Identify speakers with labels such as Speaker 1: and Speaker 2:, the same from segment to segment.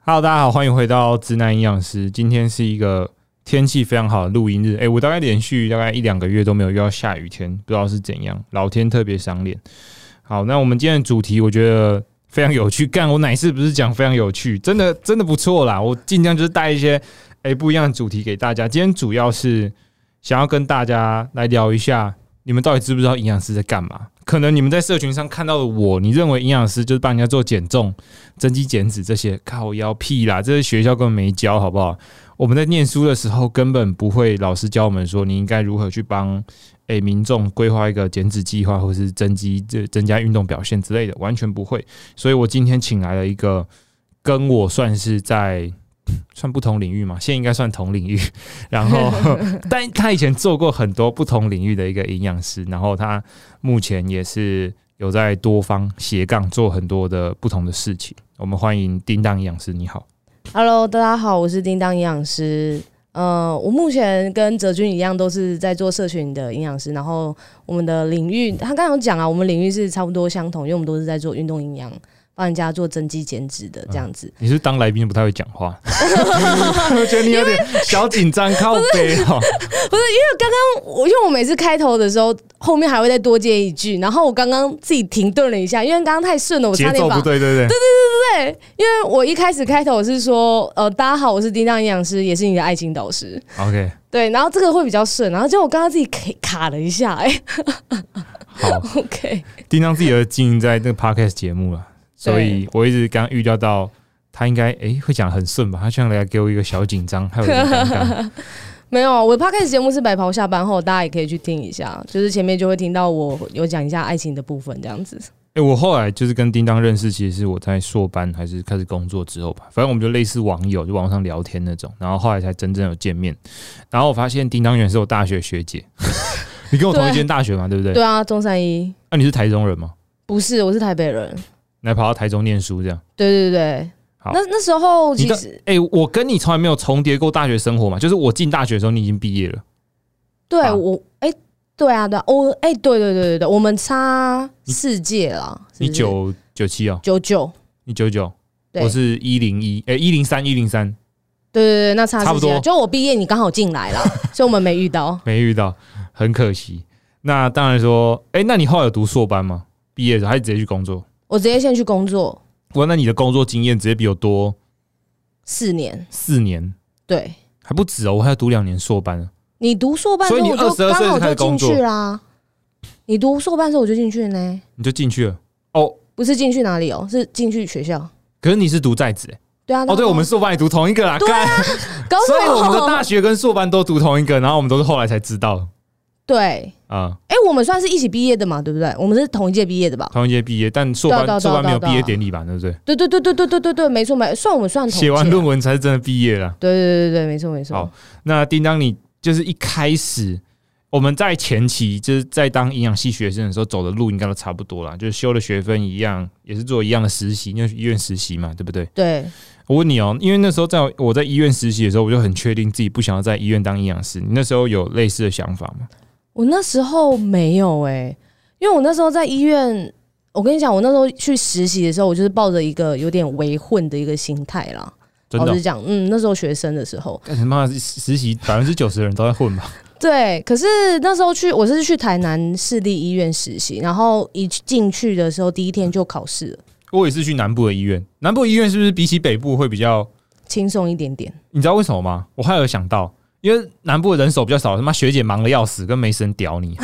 Speaker 1: Hello，大家好，欢迎回到直男营养师。今天是一个天气非常好的录音日。诶，我大概连续大概一两个月都没有遇到下雨天，不知道是怎样，老天特别赏脸。好，那我们今天的主题我觉得非常有趣。 干，我哪次不是讲非常有趣？真的真的不错啦。我尽量就是带一些诶不一样的主题给大家。今天主要是想要跟大家来聊一下，你们到底知不知道营养师在干嘛？可能你们在社群上看到的我，你认为营养师就是帮人家做减重。增肌减脂这些靠腰屁啦，这些学校根本没教，好不好？我们在念书的时候根本不会，老师教我们说你应该如何去帮诶、民众规划一个减脂计划，或是增肌这增加运动表现之类的，完全不会。所以我今天请来了一个跟我算是在算不同领域嘛，现在应该算同领域，然后但他以前做过很多不同领域的一个营养师，然后他目前也是有在多方斜杠做很多的不同的事情。我们欢迎叮当营养师，你好。
Speaker 2: Hello，大家好，我是叮当营养师。呃，我目前跟哲君一样，都是在做社群的营养师。然后我们的领域，他刚刚有讲啊，我们领域是差不多相同，因为我们都是在做运动营养，帮人家做增肌减脂的这样子。
Speaker 1: 你是当来宾不太会讲 话，我觉得你有点小紧张，靠背哦。嗯
Speaker 2: 我因为我每次开头的时候，后面还会再多接一句。然后我刚刚自己停顿了一下，因为刚刚太顺 了，我
Speaker 1: 节
Speaker 2: 差点
Speaker 1: 奏
Speaker 2: 把
Speaker 1: 不对，对不对？
Speaker 2: 对，因为我一开始开头是说，呃，大家好，我是叮当营养师，也是你的爱情导师。
Speaker 1: OK，
Speaker 2: 对，然后这个会比较顺。然后结果我刚刚自己卡卡了一下，哎、
Speaker 1: 好，
Speaker 2: o k
Speaker 1: 叮当自己的经营在那个 podcast 节目了，所以我一直刚预料到他应该诶会讲得很顺吧，他向来给我一个小紧张，还有点尴 尬。
Speaker 2: 没有，啊我的 podcast 节目是白袍下班后，大家也可以去听一下，就是前面就会听到我有讲一下爱情的部分这样子。
Speaker 1: 诶，我后来就是跟叮当认识，其实是我在硕班还是开始工作之后吧，反正我们就类似网友，就网上聊天那种，然后后来才真正有见面。然后我发现叮当原来是我大学学姐， 你跟我同一间大学嘛，对不对？
Speaker 2: 对啊，中山一
Speaker 1: 那、你是台中人吗？
Speaker 2: 不是，我是台北人。
Speaker 1: 你还跑到台中念书这样？
Speaker 2: 对对对，
Speaker 1: 好
Speaker 2: 那那时候
Speaker 1: 你
Speaker 2: 其
Speaker 1: 的
Speaker 2: 实
Speaker 1: 哎、我跟你从来没有重叠过大学生活嘛，就是我进大学的时候你已经毕业了，
Speaker 2: 对
Speaker 1: 啊
Speaker 2: 我哎、对啊对啊，我哎、对对对对对，我们差世界啦，
Speaker 1: 你九九七哦，
Speaker 2: 九九，
Speaker 1: 你九九，
Speaker 2: 对
Speaker 1: 我是一零一，哎，一零三一零三
Speaker 2: 对对对，那差世界
Speaker 1: 差不多
Speaker 2: 就我毕业你刚好进来啦，所以我们没遇到。
Speaker 1: 没遇到，很可惜。那当然说，哎、那你后来有读硕班吗？毕业的时候还是直接去工作？
Speaker 2: 我直接先去工作
Speaker 1: 哇，那你的工作经验直接比我多
Speaker 2: 四年，
Speaker 1: 四年，
Speaker 2: 对
Speaker 1: 还不止哦，我还要读两年硕班啊呢。
Speaker 2: 你读硕班之
Speaker 1: 所以
Speaker 2: 后
Speaker 1: 你
Speaker 2: 我就
Speaker 1: 22
Speaker 2: 刚
Speaker 1: 岁
Speaker 2: 好
Speaker 1: 才
Speaker 2: 就
Speaker 1: 工
Speaker 2: 进
Speaker 1: 作
Speaker 2: 去啦。你读硕班之后我就进去呢。
Speaker 1: 你就进去了哦。
Speaker 2: 不是进去哪里哦，是进去学校。
Speaker 1: 可是你是读在职、欸，
Speaker 2: 对啊，
Speaker 1: 哦，对，
Speaker 2: 啊
Speaker 1: 我们硕班也读同一个啦，
Speaker 2: 对啊
Speaker 1: 干
Speaker 2: 搞什
Speaker 1: 所
Speaker 2: 么
Speaker 1: 以我们的大学跟硕班都读同一个，然后我们都是后来才知道
Speaker 2: 对，
Speaker 1: 啊、
Speaker 2: 哎、我们算是一起毕业的嘛，对不对？我们是同一届毕业的吧？
Speaker 1: 同一届毕业，但硕
Speaker 2: 对
Speaker 1: 班
Speaker 2: 啊对啊
Speaker 1: 硕班没有
Speaker 2: 对啊对啊
Speaker 1: 毕业典礼吧，对不对？
Speaker 2: 对对对对对对对对，没错没错，算我们算同届啊
Speaker 1: 写完论文才是真的毕业啦。
Speaker 2: 对对对对对，没错没
Speaker 1: 好
Speaker 2: 错。
Speaker 1: 那叮当，你就是一开始我们在前期就是在当营养系学生的时候走的路应该都差不多啦，就是修的学分一样，也是做一样的实习，因为医院实习嘛，对不对？
Speaker 2: 对，
Speaker 1: 我问你哦、因为那时候在我在医院实习的时候，我就很确定自己不想要在医院当营养师。你那时候有类似的想法吗？
Speaker 2: 我那时候没有哎、因为我那时候在医院，我跟你讲，我那时候去实习的时候，我就是抱着一个有点为混的一个心态啦。
Speaker 1: 真
Speaker 2: 老
Speaker 1: 的哦、
Speaker 2: 实讲，嗯，那时候学生的时候，
Speaker 1: 干什么啊？实实习百分之九十的人都在混吧？
Speaker 2: 对，可是那时候去，我是去台南市立医院实习，然后一进去的时候，第一天就考试了，
Speaker 1: 我也是去南部的医院，南部医院是不是比起北部会比较？
Speaker 2: 轻松一点 点。
Speaker 1: 你知道为什么吗？我还有想到，因为南部的人手比较少，他妈学姐忙的要死，跟没神屌你。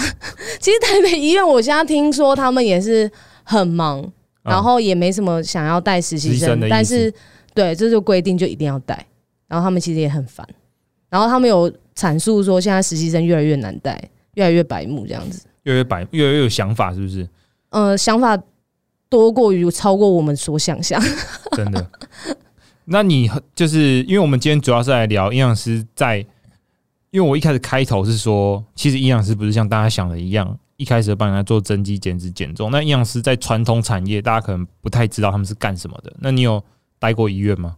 Speaker 2: 其实台北医院，我现在听说他们也是很忙， 然后也没什么想要带实习
Speaker 1: 啊实习生
Speaker 2: 生
Speaker 1: 的意，思
Speaker 2: 但是对，这就规定就一定要带，然后他们其实也很烦，然后他们有阐述说现在实习生越来越难带，越来越白目这样子，
Speaker 1: 嗯越来越白，越来越有想法，是不是？
Speaker 2: 呃，想法多过于超过我们所想象。
Speaker 1: 真的。 那你就是因为我们今天主要是来聊营养师在，因为我一开始开头是说，其实营养师不是像大家想的一样，一开始帮人家做增肌、减脂、减重。那营养师在传统产业，大家可能不太知道他们是干什么的。那你有待过医院吗？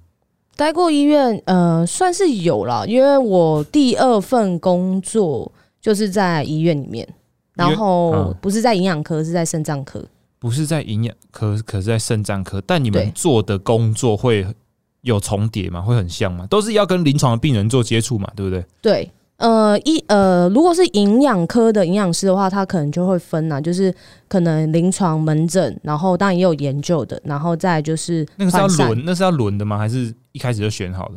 Speaker 2: 待过医院，呃，算是有啦，因为我第二份工作就是在医院里面，然后
Speaker 1: 嗯
Speaker 2: 不是在营养科，是在肾脏科。
Speaker 1: 不是在营养科，可是在肾脏科，但你
Speaker 2: 对
Speaker 1: 们做的工作会有重叠吗？会很像吗？都是要跟临床的病人做接触嘛，对不对？
Speaker 2: 对，呃，一呃，如果是营养科的营养师的话，他可能就会分啦、就是可能临床门诊，然后当然也有研究的，然后再就是
Speaker 1: 那个是要
Speaker 2: 涣散
Speaker 1: 轮，那是要轮的吗？还是一开始就选好的？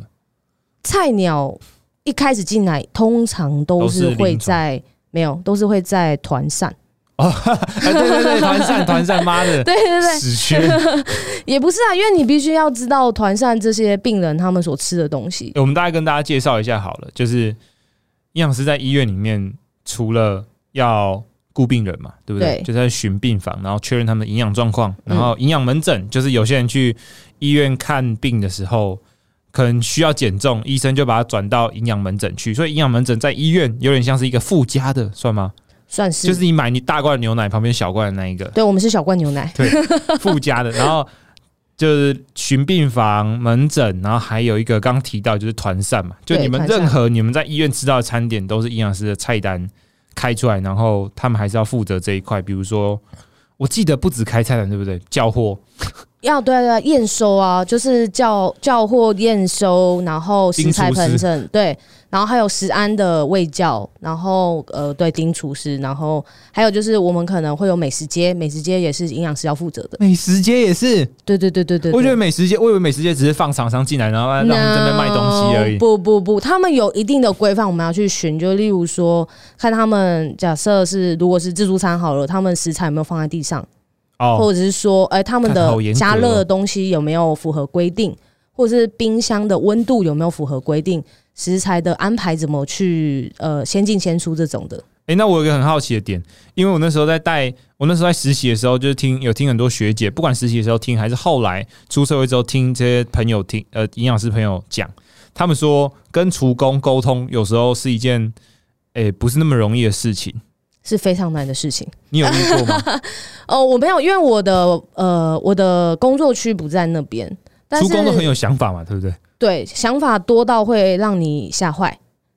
Speaker 2: 菜鸟一开始进来，通常都
Speaker 1: 都是
Speaker 2: 是
Speaker 1: 临
Speaker 2: 会
Speaker 1: 床
Speaker 2: 在没有，都是会在团散。
Speaker 1: 哎，对对对，团扇团扇，妈的，
Speaker 2: 对对对，
Speaker 1: 死缺！
Speaker 2: 也不是啊，因为你必须要知道团扇这些病人他们所吃的东西。
Speaker 1: 欸我们大概跟大家介绍一下好了，就是营养师在医院里面，除了要顾病人嘛，对不对？
Speaker 2: 对嗯
Speaker 1: 就是在巡病房，然后确认他们的营养状况，然后营养门诊，就是有些人去医院看病的时候。可能需要减重，医生就把他转到营养门诊去，所以营养门诊在医院有点像是一个附加的，算吗？
Speaker 2: 算是，
Speaker 1: 就是你买你大罐牛奶旁边小罐的那一个，
Speaker 2: 对我们是小罐牛奶，
Speaker 1: 附加的，然后就是巡病房、门诊，然后还有一个刚提到就是团膳嘛，就
Speaker 2: 对
Speaker 1: 你们
Speaker 2: 团膳
Speaker 1: 任何你们在医院吃到的餐点都是营养师的菜单开出来，然后他们还是要负责这一块，比如说。我记得不止开菜单，对不对？交货
Speaker 2: 要对对对验收啊，就是叫叫货验收，然后食材
Speaker 1: 丁厨师
Speaker 2: 盆证对，然后还有食安的卫教，然后呃对丁厨师，然后呃还有就是我们可能会有美食街，美食街也是营养师要负责的，
Speaker 1: 美食街也是，
Speaker 2: 对对对对对对
Speaker 1: 我觉得美食街，我以为美食街只是放厂商进来，然后让他们这边卖东西而
Speaker 2: No，
Speaker 1: 已。
Speaker 2: 不不不，他们有一定的规范，我们要去寻。就例如说，看他们假设是如果是自助餐好了，他们食材有没有放在地上，
Speaker 1: 哦，
Speaker 2: 或者是说，哎、他们
Speaker 1: 看
Speaker 2: 的
Speaker 1: 好严格
Speaker 2: 加热
Speaker 1: 哦
Speaker 2: 的东西有没有符合规定，或者是冰箱的温度有没有符合规定，食材的安排怎么去呃先进先出这种的。
Speaker 1: 诶，那我有一个很好奇的点，因为我那时候在带，我那时候在实习的时候，就是听有听很多学姐，不管实习的时候听，还是后来出社会之后听这些朋友听，呃，营养师朋友讲，他们说跟厨工沟通有时候是一件，诶，不是那么容易的事情。
Speaker 2: 是非常难的事情
Speaker 1: 你有遇过吗？
Speaker 2: 哦，我没有，因为我的呃我的工作区不在那边， 但
Speaker 1: 厨
Speaker 2: 是
Speaker 1: 工都很有想法嘛，对不对？
Speaker 2: 对，想法多到会让你吓坏。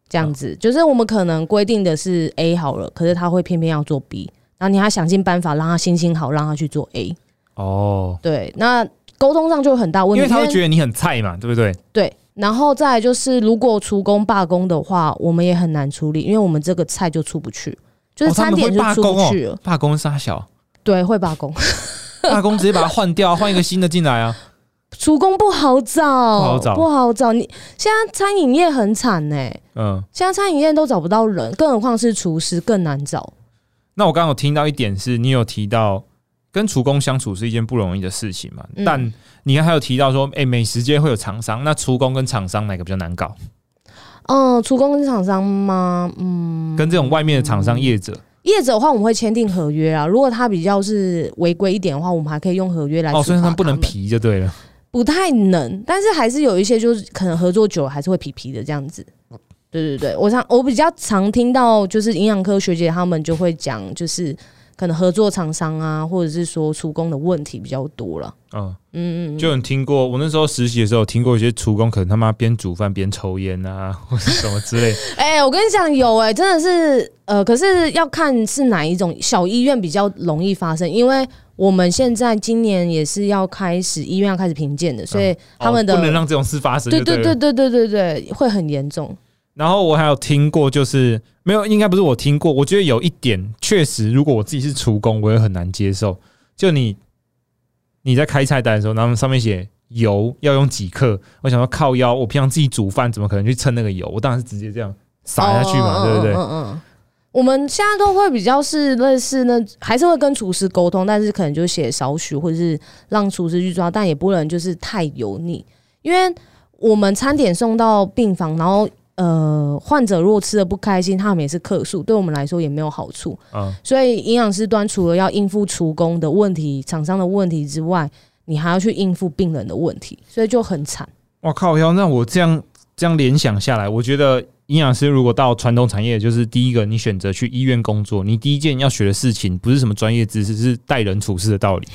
Speaker 2: 这样
Speaker 1: 嗯
Speaker 2: 子，就是我们可能规定的是 A 好了，可是他会偏偏要做 B，然后你还想尽办法让他心情好，让他去做 A。
Speaker 1: 哦，
Speaker 2: 对，那沟通上就有很大问
Speaker 1: 因
Speaker 2: 题，
Speaker 1: 为他会觉得你很菜嘛，对不对？
Speaker 2: 对。然后再来就是，如果出工罢工的话，我们也很难处理，因为我们这个菜就出不去，就是
Speaker 1: 哦他
Speaker 2: 餐
Speaker 1: 们
Speaker 2: 点
Speaker 1: 会
Speaker 2: 就
Speaker 1: 罢
Speaker 2: 出
Speaker 1: 工
Speaker 2: 不
Speaker 1: 哦
Speaker 2: 去了。
Speaker 1: 罢工杀小，
Speaker 2: 对，会罢工，
Speaker 1: 罢工直接把它换掉，换一个新的进来啊。
Speaker 2: 出工不好找，不
Speaker 1: 好找
Speaker 2: 不好找。你现在餐饮业很惨呢、
Speaker 1: 嗯，
Speaker 2: 现在餐饮业都找不到人，更何况是厨师，更难找。
Speaker 1: 那我刚刚有听到一点是，你有提到跟厨工相处是一件不容易的事情嘛？
Speaker 2: 嗯
Speaker 1: 但你刚才有提到说，哎、美食街会有厂商，那厨工跟厂商哪个比较难搞？
Speaker 2: 嗯，出工厂商吗？嗯，
Speaker 1: 跟这种外面的厂商业者、
Speaker 2: 业者的话，我们会签订合约啊。如果他比较是违规一点的话，我们还可以用合嗯约来
Speaker 1: 哦，
Speaker 2: 处
Speaker 1: 所以他
Speaker 2: 罚他
Speaker 1: 们不能
Speaker 2: 们，
Speaker 1: 皮就对了。
Speaker 2: 不太能。但是还是有一些就是可能合作久了还是会皮皮的这样子。对对对，我常我比较常听到就是营养科学姐他们就会讲，就是可能合作厂商啊，或者是说出工的问题比较多了。
Speaker 1: 嗯，
Speaker 2: 嗯嗯嗯，
Speaker 1: 就有听过，我那时候实习的时候有听过一些厨工，可能他妈边煮饭边抽烟啊，或是什么之类。
Speaker 2: 哎、我跟你讲，有哎、真的是，呃，可是要看是哪一种小医院比较容易发生，因为我们现在今年也是要开始医院要开始评鉴的，所以他们的、
Speaker 1: 哦、不能让这种事发生就
Speaker 2: 啊对
Speaker 1: 对
Speaker 2: 对
Speaker 1: 了
Speaker 2: 对对对对对，会很严重。
Speaker 1: 然后我还有听过，就是没有，应该不是我听过。我觉得有一点确实，如果我自己是厨工，我也很难接受。就你你在开菜单的时候，然后上面写油要用几克，我想说靠腰，我平常自己煮饭怎么可能去称那个油？我当然是直接这样撒下去嘛，
Speaker 2: 哦
Speaker 1: 对不
Speaker 2: 嗯
Speaker 1: 对？
Speaker 2: 嗯嗯嗯我们现在都会比较是类似那，还是会跟厨师沟通，但是可能就写少许，或者是让厨师去抓，但也不能就是太油腻，因为我们餐点送到病房，然后呃，患者如果吃的不开心，他们也是客诉，对我们来说也没有好处。
Speaker 1: 嗯，
Speaker 2: 所以营养师端除了要应付厨工的问题、厂商的问题之外，你还要去应付病人的问题，所以就很惨。
Speaker 1: 我靠腰，那我这样这样联想下来，我觉得营养师如果到传统产业，就是第一个，你选择去医院工作，你第一件要学的事情不是什么专业知识，是待人处事的道理。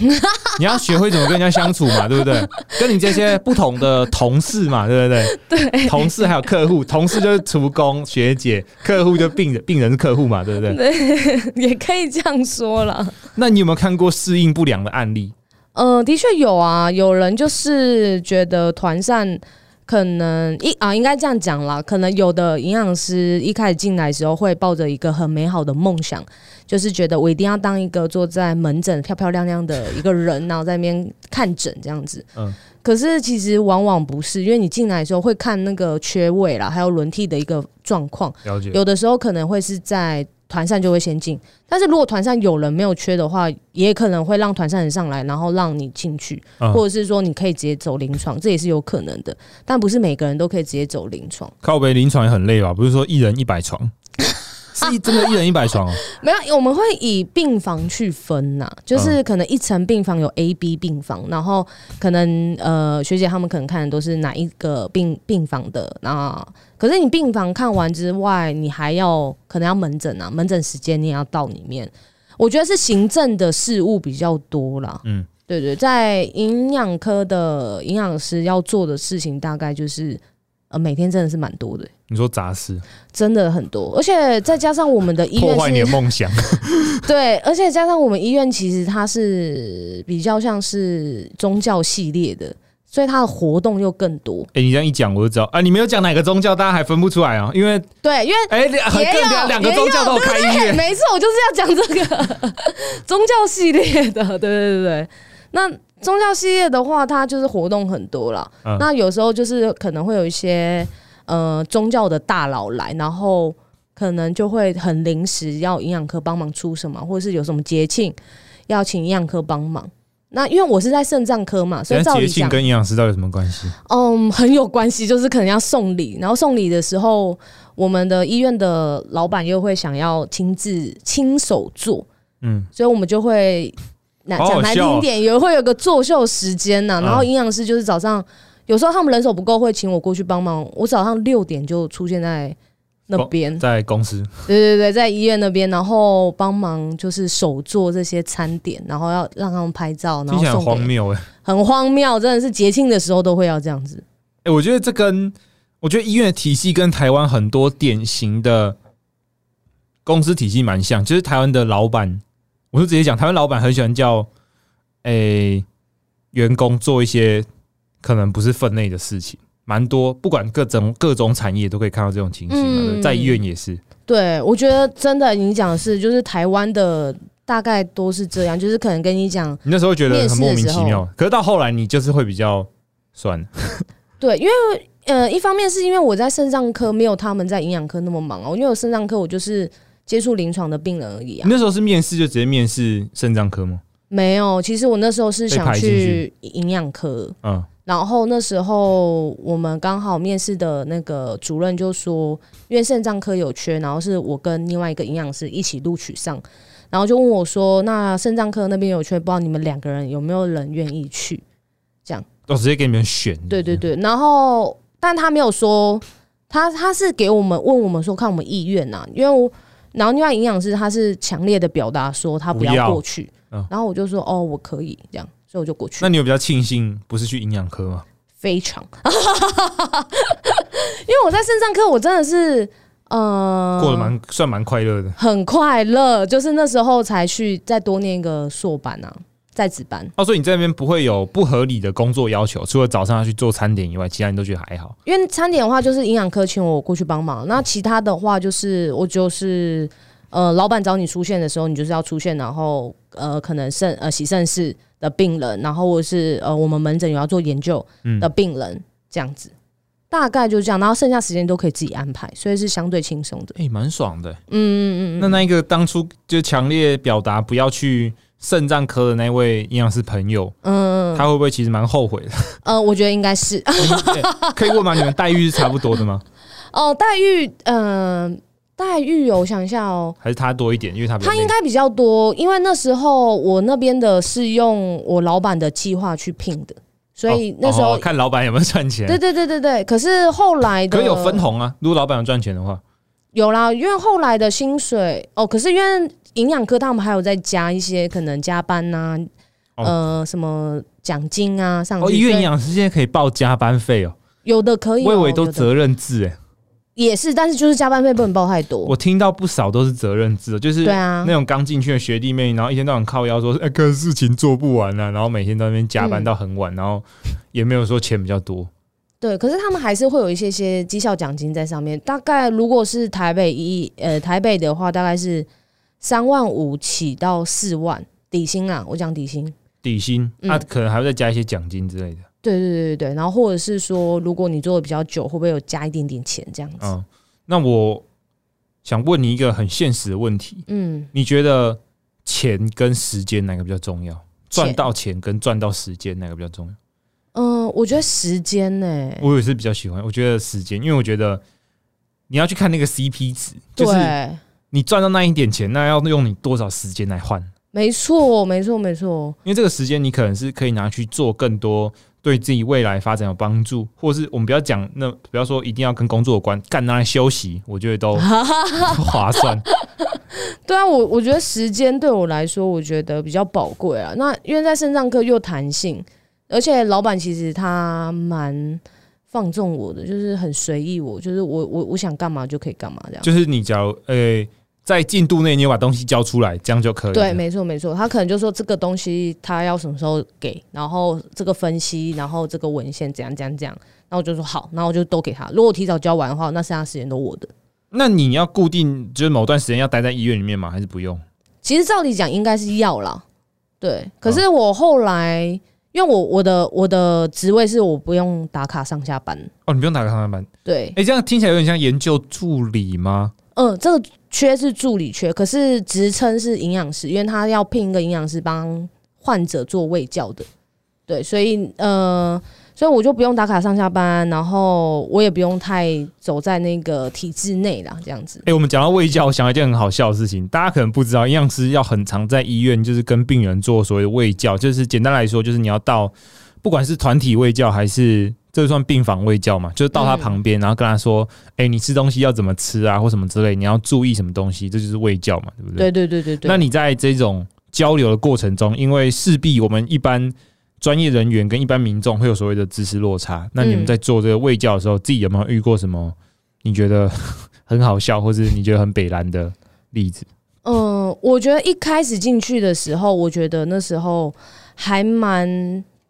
Speaker 1: 你要学会怎么跟人家相处嘛，对 不对？跟你这些不同的同事嘛，对不对？对，同事还有客户，同事就是厨工学姐，客户就病人，病人是客户嘛，对不
Speaker 2: 嗯
Speaker 1: 对？
Speaker 2: 也可以这样说啦。
Speaker 1: 那你有没有看过适应不良的案例？
Speaker 2: 呃，的确有啊，有人就是觉得团膳可能一啊，应该这样讲啦，可能有的营养师一开始进来的时候会抱着一个很美好的梦想，就是觉得我一定要当一个坐在门诊漂漂亮亮的一个人，然后在那边看诊这样子。
Speaker 1: 嗯
Speaker 2: 可是其实往往不是，因为你进来的时候会看那个缺位啦，还有轮替的一个状况。
Speaker 1: 了解，
Speaker 2: 有的时候可能会是在团扇就会先进，但是如果团扇有人没有缺的话，也可能会让团扇人上来，然后让你进去，
Speaker 1: 嗯
Speaker 2: 或者是说你可以直接走临床，这也是有可能的，但不是每个人都可以直接走临床。
Speaker 1: 靠北临床也很累吧？不是说一人一百床， 是一真的一人一百床哦。
Speaker 2: 没有，我们会以病房去分呐、
Speaker 1: 嗯
Speaker 2: 就是可能一层病房有 A、B 病房，然后可能呃学姐他们可能看的都是哪一个病病房的，那可是你病房看完之外，你还要可能要门诊啊，门诊时间你也要到里面。我觉得是行政的事务比较多啦，
Speaker 1: 嗯
Speaker 2: 嗯，对对，在营养科的营养师要做的事情大概就是，呃，每天真的是蛮多的，
Speaker 1: 你说杂事
Speaker 2: 真的很多，而且再加上我们的医院
Speaker 1: 破坏
Speaker 2: 是
Speaker 1: 你的梦想，
Speaker 2: 对，而且加上我们医院其实它是比较像是宗教系列的，所以它的活动又更多。
Speaker 1: 哎、你这样一讲我就知道啊，你没有讲哪个宗教，大家还分不出来啊，因为
Speaker 2: 对，因为
Speaker 1: 哎，两、
Speaker 2: 也有
Speaker 1: 更两两个宗教都有开医院，
Speaker 2: 没错，我就是要讲这个 宗教系列的，对对对对。那宗教系列的话，它就是活动很多啦。
Speaker 1: 嗯
Speaker 2: 那有时候就是可能会有一些呃宗教的大佬来，然后可能就会很临时要营养科帮忙出什么，或者是有什么节庆要请营养科帮忙。那因为我是在肾脏科嘛，所以
Speaker 1: 等下
Speaker 2: 照
Speaker 1: 节
Speaker 2: 理
Speaker 1: 庆
Speaker 2: 讲，
Speaker 1: 跟营养师到底有什么关系？
Speaker 2: 嗯，很有关系，就是可能要送礼，然后送礼的时候，我们的医院的老板又会想要亲自亲手做，
Speaker 1: 嗯，
Speaker 2: 所以我们就会那
Speaker 1: 好好
Speaker 2: 讲难
Speaker 1: 笑
Speaker 2: 听
Speaker 1: 哦
Speaker 2: 一点，也会有个作秀时间呐、
Speaker 1: 嗯
Speaker 2: 然后营养师就是早上，有时候他们人手不够，会请我过去帮忙。我早上六点就出现在那边，
Speaker 1: 在公司
Speaker 2: 对对对，在医院那边，然后帮忙就是手做这些餐点，然后要让他们拍照，然
Speaker 1: 听
Speaker 2: 后
Speaker 1: 起来很
Speaker 2: 送
Speaker 1: 荒
Speaker 2: 给，
Speaker 1: 谬哎、
Speaker 2: 很荒谬，真的是节庆的时候都会要这样子。
Speaker 1: 哎、我觉得这跟我觉得医院的体系跟台湾很多典型的公司体系蛮像，就是台湾的老板，我就直接讲，台湾老板很喜欢叫哎、员工做一些可能不是分内的事情，蛮多，不管各种各种产业都可以看到这种情形嘛、
Speaker 2: 嗯
Speaker 1: 对在医院也是，
Speaker 2: 对，我觉得真的，你讲的是就是台湾的大概都是这样，就是可能跟你讲，
Speaker 1: 你那时候觉得
Speaker 2: 面试
Speaker 1: 很
Speaker 2: 的
Speaker 1: 莫名其
Speaker 2: 时
Speaker 1: 妙
Speaker 2: 候，
Speaker 1: 可是到后来你就是会比较算了，
Speaker 2: 对，因为呃，一方面是因为我在肾脏科没有他们在营养科那么忙哦，因为我肾脏科我就是接触临床的病人而已
Speaker 1: 你
Speaker 2: 啊，
Speaker 1: 那时候是面试就直接面试肾脏科吗？
Speaker 2: 没有，其实我那时候是
Speaker 1: 被
Speaker 2: 想
Speaker 1: 排进
Speaker 2: 去
Speaker 1: 去
Speaker 2: 营养科，
Speaker 1: 嗯，
Speaker 2: 然后那时候我们刚好面试的那个主任就说，因为肾脏科有缺，然后是我跟另外一个营养师一起录取上，然后就问我说，那肾脏科那边有缺，不知道你们两个人有没有人愿意去？
Speaker 1: 我直接给你们选，
Speaker 2: 对对对，然后但他没有说，他他是给我们问我们说看我们意愿呐、啊因为我然后另外营养师他是强烈的表达说他不
Speaker 1: 不要
Speaker 2: 要过去，
Speaker 1: 嗯
Speaker 2: 然后我就说哦我可以这样，所以我就过去
Speaker 1: 那。你有比较庆幸不是去营养科吗？
Speaker 2: 非常， 因为我在肾脏科，我真的是呃，
Speaker 1: 过得蛮算蛮快乐的
Speaker 2: 很快乐，就是那时候才去再多念一个硕班啊，在职班，
Speaker 1: 哦，所以你在那边不会有不合理的工作要求，除了早上要去做餐点以外，其他你都觉得还好。
Speaker 2: 因为餐点的话就是营养科请我过去帮忙，那其他的话就是我就是呃，老板找你出现的时候，你就是要出现，然后呃，可能肾呃洗肾室的病人，然后或是呃我们门诊有要做研究
Speaker 1: 嗯
Speaker 2: 的病人、这样子。大概就这样，然后剩下时间都可以自己安排，所以是相对轻松的。
Speaker 1: 哎、蛮爽的、
Speaker 2: 嗯嗯嗯
Speaker 1: 那那一个当初就强烈表达不要去肾脏科的那位营养师朋友，
Speaker 2: 嗯，
Speaker 1: 他会不会其实蛮后悔 的？
Speaker 2: 呃，我觉得应该是
Speaker 1: 欸可以问吗？你们待遇是差不多的吗？
Speaker 2: 哦，待遇，嗯、待遇有，我想一下哦，
Speaker 1: 还是他多一点？因为他比较
Speaker 2: 他应
Speaker 1: 累
Speaker 2: 该比较多，因为那时候我那边的是用我老板的计划去聘的，所以
Speaker 1: 哦
Speaker 2: 那时候，
Speaker 1: 哦看老板有没有赚钱
Speaker 2: 对，对对对对，可是后来
Speaker 1: 可
Speaker 2: 的
Speaker 1: 是有分红啊。如果老板有赚钱的话，
Speaker 2: 有啦，因为后来的薪水哦，可是因为营养科他们还有再加一些可能加班呐、
Speaker 1: 哦
Speaker 2: 呃，什么奖金啊上去，
Speaker 1: 哦，医院
Speaker 2: 所
Speaker 1: 营
Speaker 2: 以
Speaker 1: 养师现在可以报加班费哦，
Speaker 2: 有的可以、哦，
Speaker 1: 我以为都
Speaker 2: 有的
Speaker 1: 责任制哎、
Speaker 2: 也是，但是就是加班费不能报太多
Speaker 1: 我。听到不少都是责任制，就是
Speaker 2: 对啊
Speaker 1: 那种刚进去的学弟妹，然后一天到晚靠腰说，哎、可是事情做不完啊，然后每天在那边加班
Speaker 2: 嗯
Speaker 1: 到很晚，然后也没有说钱比较多，
Speaker 2: 对，可是他们还是会有一些些绩效奖金在上面。大概如果是台北一呃台北的话，大概是三万五起到四万底薪啊，我讲底薪。
Speaker 1: 底薪，
Speaker 2: 嗯
Speaker 1: 那、可能还会再加一些奖金之类的。
Speaker 2: 对对对对对，然后或者是说，如果你做的比较久，会不会有加一点点钱这样子？
Speaker 1: 嗯，那我想问你一个很现实的问题，
Speaker 2: 嗯，
Speaker 1: 你觉得钱跟时间哪个比较重要？
Speaker 2: 钱
Speaker 1: 赚到钱跟赚到时间哪个比较重要？
Speaker 2: 嗯、我觉得时间呢、
Speaker 1: 我也是比较喜欢，我觉得时间，因为我觉得你要去看那个 CP 值，就是
Speaker 2: 对，
Speaker 1: 你赚到那一点钱，那要用你多少时间来换？
Speaker 2: 没错，没错，没错，
Speaker 1: 因为这个时间你可能是可以拿去做更多对自己未来发展有帮助，或是我们不要讲那，不要说一定要跟工作有关，干拿来休息，我觉得都都划 算。
Speaker 2: 对啊，我我觉得时间对我来说，我觉得比较宝贵啊。那因为在肾脏科又弹性，而且老板其实他蛮放纵我的，就是很随意我，就是我我我想干嘛就可以干嘛这样。
Speaker 1: 就是你假如呃、在进度内你有把东西交出来，这样就可以了。
Speaker 2: 对，没错没错，他可能就说这个东西他要什么时候给，然后这个分析，然后这个文献怎样怎样怎样，然后我就说好，然后我就都给他。如果我提早交完的话，那剩下时间都我的。
Speaker 1: 那你要固定就是某段时间要待在医院里面吗？还是不用？
Speaker 2: 其实照理讲应该是要啦，对。可是我后来，因为我我的我的职位是我不用打卡上下班，
Speaker 1: 哦，你不用打卡上班。
Speaker 2: 对
Speaker 1: 哎、，这样听起来有点像研究助理吗？
Speaker 2: 嗯、这个缺是助理缺，可是职称是营养师，因为他要聘一个营养师帮患者做喂教的，对，所以呃，所以我就不用打卡上下班，然后我也不用太走在那个体制内啦，这样子。
Speaker 1: 哎、我们讲到卫教，我想到一件很好笑的事情，大家可能不知道，营养师要很常在医院，就是跟病人做所谓的卫教，就是简单来说，就是你要到不管是团体卫教还是这算病房卫教嘛，就是到他
Speaker 2: 嗯
Speaker 1: 旁边，然后跟他说，哎、你吃东西要怎么吃啊，或什么之类，你要注意什么东西，这就是卫教嘛，对不对？
Speaker 2: 对对对对对，
Speaker 1: 那你在这种交流的过程中，因为势必我们一般专业人员跟一般民众会有所谓的知识落差，那你们
Speaker 2: 嗯
Speaker 1: 在做这个卫教的时候，自己有没有遇过什么你觉得很好笑，或是你觉得很北蓝的例 子？
Speaker 2: 嗯，我觉得一开始进去的时候，我觉得那时候还蛮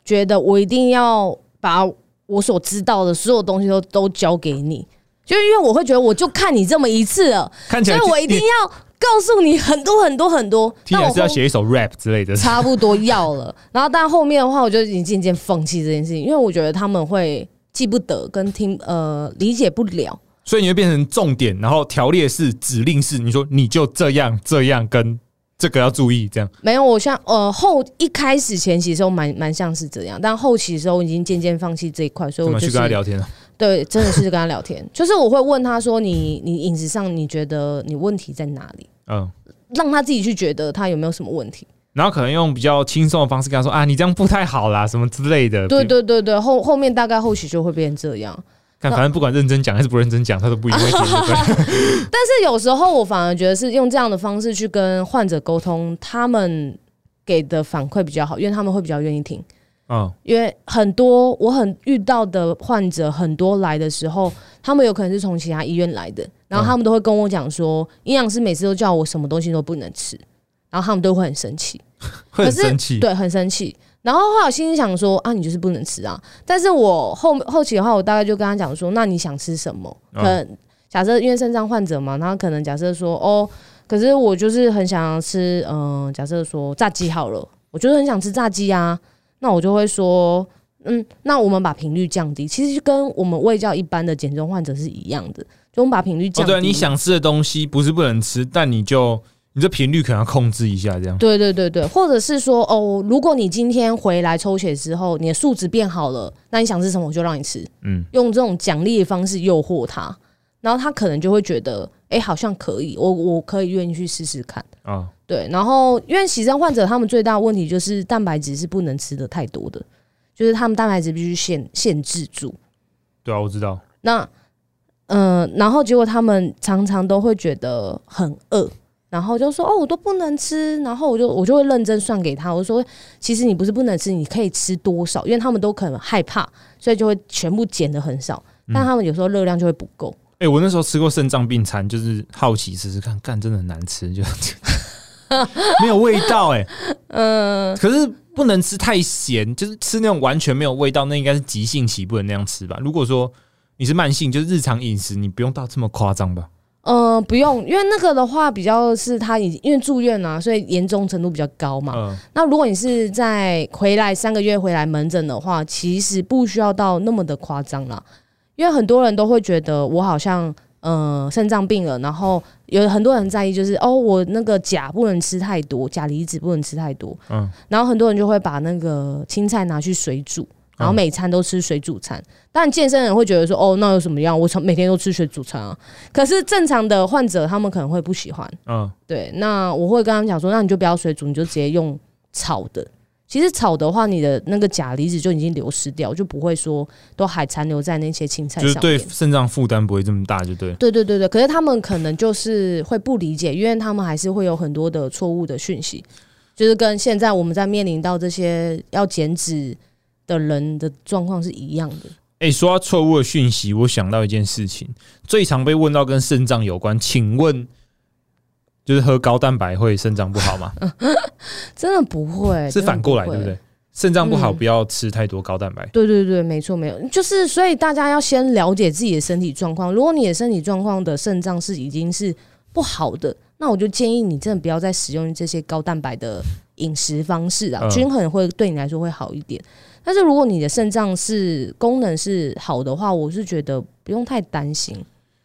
Speaker 2: 觉得我一定要把我所知道的所有东西都都交给你，就是因为我会觉得我就看你这么一次了，
Speaker 1: 看起
Speaker 2: 所
Speaker 1: 来
Speaker 2: 以我一定要告诉你很多很多很多。
Speaker 1: 听起
Speaker 2: 但
Speaker 1: 来
Speaker 2: 我
Speaker 1: 是要
Speaker 2: 后
Speaker 1: 写一首 rap 之类的。
Speaker 2: 差不多要了，然后但后面的话，我就已经渐渐放弃这件事情，因为我觉得他们会记不得跟听呃理解不了。
Speaker 1: 所以你会变成重点，然后条列式、指令式，你说你就这样、这样跟这个要注意，这样
Speaker 2: 没有，我像呃后一开始前期的时候蛮蛮像是这样，但后期的时候我已经渐渐放弃这一块，所
Speaker 1: 怎
Speaker 2: 以我
Speaker 1: 么
Speaker 2: 就
Speaker 1: 去
Speaker 2: 是
Speaker 1: 跟他聊天啊？
Speaker 2: 对，真的是跟他聊 天，就是我会问他说你你饮食上你觉得你问题在哪里，
Speaker 1: 嗯，
Speaker 2: 让他自己去觉得他有没有什么问题。
Speaker 1: 然后可能用比较轻松的方式跟他说啊，你这样不太好啦，什么之类的。
Speaker 2: 对对对对，后后面大概后期就会变这样，
Speaker 1: 看，反正不管认真讲还是不认真讲，他都不一定会听。对不 对
Speaker 2: 但是有时候我反而觉得是用这样的方式去跟患者沟通，他们给的反馈比较好，因为他们会比较愿意听。
Speaker 1: 嗯，
Speaker 2: 因为很多我很遇到的患者，很多来的时候，他们有可能是从其他医院来的，然后他们都会跟我讲说，营养师每次都叫我什么东西都不能吃，然后他们都会很生气，
Speaker 1: 会很
Speaker 2: 可是
Speaker 1: 生气。
Speaker 2: 对，很生气。然后后来我心里想说，啊，你就是不能吃啊。但是我后后期的话，我大概就跟他讲说，那你想吃什么？
Speaker 1: 嗯
Speaker 2: 可能假设因为肾脏患者嘛，然后可能假设说，哦，可是我就是很想吃，嗯、假设说炸鸡好了，我就是很想吃炸鸡啊。那我就会说，嗯，那我们把频率降低，其实就跟我们胃教一般的减重患者是一样的，就我们把频率
Speaker 1: 哦，
Speaker 2: 降低。
Speaker 1: 对，你想吃的东西不是不能吃，但你就你这频率可能要控制一下，这样。
Speaker 2: 对对对对，或者是说哦，如果你今天回来抽血之后，你的数值变好了，那你想吃什么我就让你吃，
Speaker 1: 嗯，
Speaker 2: 用这种奖励的方式诱惑他，然后他可能就会觉得，哎、好像可以，我我可以愿意去试试看。
Speaker 1: 啊、
Speaker 2: 对，然后因为喜肾患者他们最大的问题就是蛋白质是不能吃的太多的，就是他们蛋白质必须限限制住。
Speaker 1: 对啊，我知道。
Speaker 2: 那嗯、呃然后结果他们常常都会觉得很饿，然后就说哦，我都不能吃，然后我就我就会认真算给他，我说其实你不是不能吃，你可以吃多少，因为他们都可能害怕，所以就会全部减的很少，但他们有时候热量就会不够。
Speaker 1: 哎、哎、我那时候吃过肾脏病餐，就是好奇试试看，干真的很难吃， 就没有味道哎、
Speaker 2: 嗯，
Speaker 1: 可是不能吃太咸，就是吃那种完全没有味道，那应该是急性期不能那样吃吧？如果说你是慢性，就是日常饮食，你不用到这么夸张吧？
Speaker 2: 呃，不用，因为那个的话比较是他已因为住院啊，所以严重程度比较高嘛。
Speaker 1: 嗯，
Speaker 2: 那如果你是在回来三个月回来门诊的话，其实不需要到那么的夸张啦，因为很多人都会觉得我好像呃肾脏病了，然后有很多人在意就是哦我那个钾不能吃太多，钾离子不能吃太多，
Speaker 1: 嗯
Speaker 2: 然后很多人就会把那个青菜拿去水煮。然后每餐都吃水煮餐，但健身人会觉得说，哦，那有什么样？我常每天都吃水煮餐啊。可是正常的患者他们可能会不喜欢，
Speaker 1: 嗯，
Speaker 2: 对，那我会跟他们讲说，那你就不要水煮，你就直接用炒的。其实炒的话，你的那个钾离子就已经流失掉，就不会说都还残留在那些青菜
Speaker 1: 就
Speaker 2: 上
Speaker 1: 是
Speaker 2: 面。
Speaker 1: 对肾脏负担不会这么大，就对。
Speaker 2: 对对对对，可是他们可能就是会不理解，因为他们还是会有很多的错误的讯息，就是跟现在我们在面临到这些要减脂的人的状况是一样的。
Speaker 1: 哎、说到错误的讯息，我想到一件事情，最常被问到跟肾脏有关，请问就是喝高蛋白会肾脏不好 吗？
Speaker 2: 真的不会，
Speaker 1: 是反过来，对
Speaker 2: 哎真
Speaker 1: 不
Speaker 2: 的
Speaker 1: 对？肾脏不好，
Speaker 2: 嗯
Speaker 1: 不要吃太多高蛋白。
Speaker 2: 对对对，没错，没有，就是所以大家要先了解自己的身体状况。如果你的身体状况的肾脏是已经是不好的，那我就建议你真的不要再使用这些高蛋白的饮食方式啊，
Speaker 1: 嗯
Speaker 2: 均衡会对你来说会好一点。但是如果你的肾脏是功能是好的话，我是觉得不用太担心。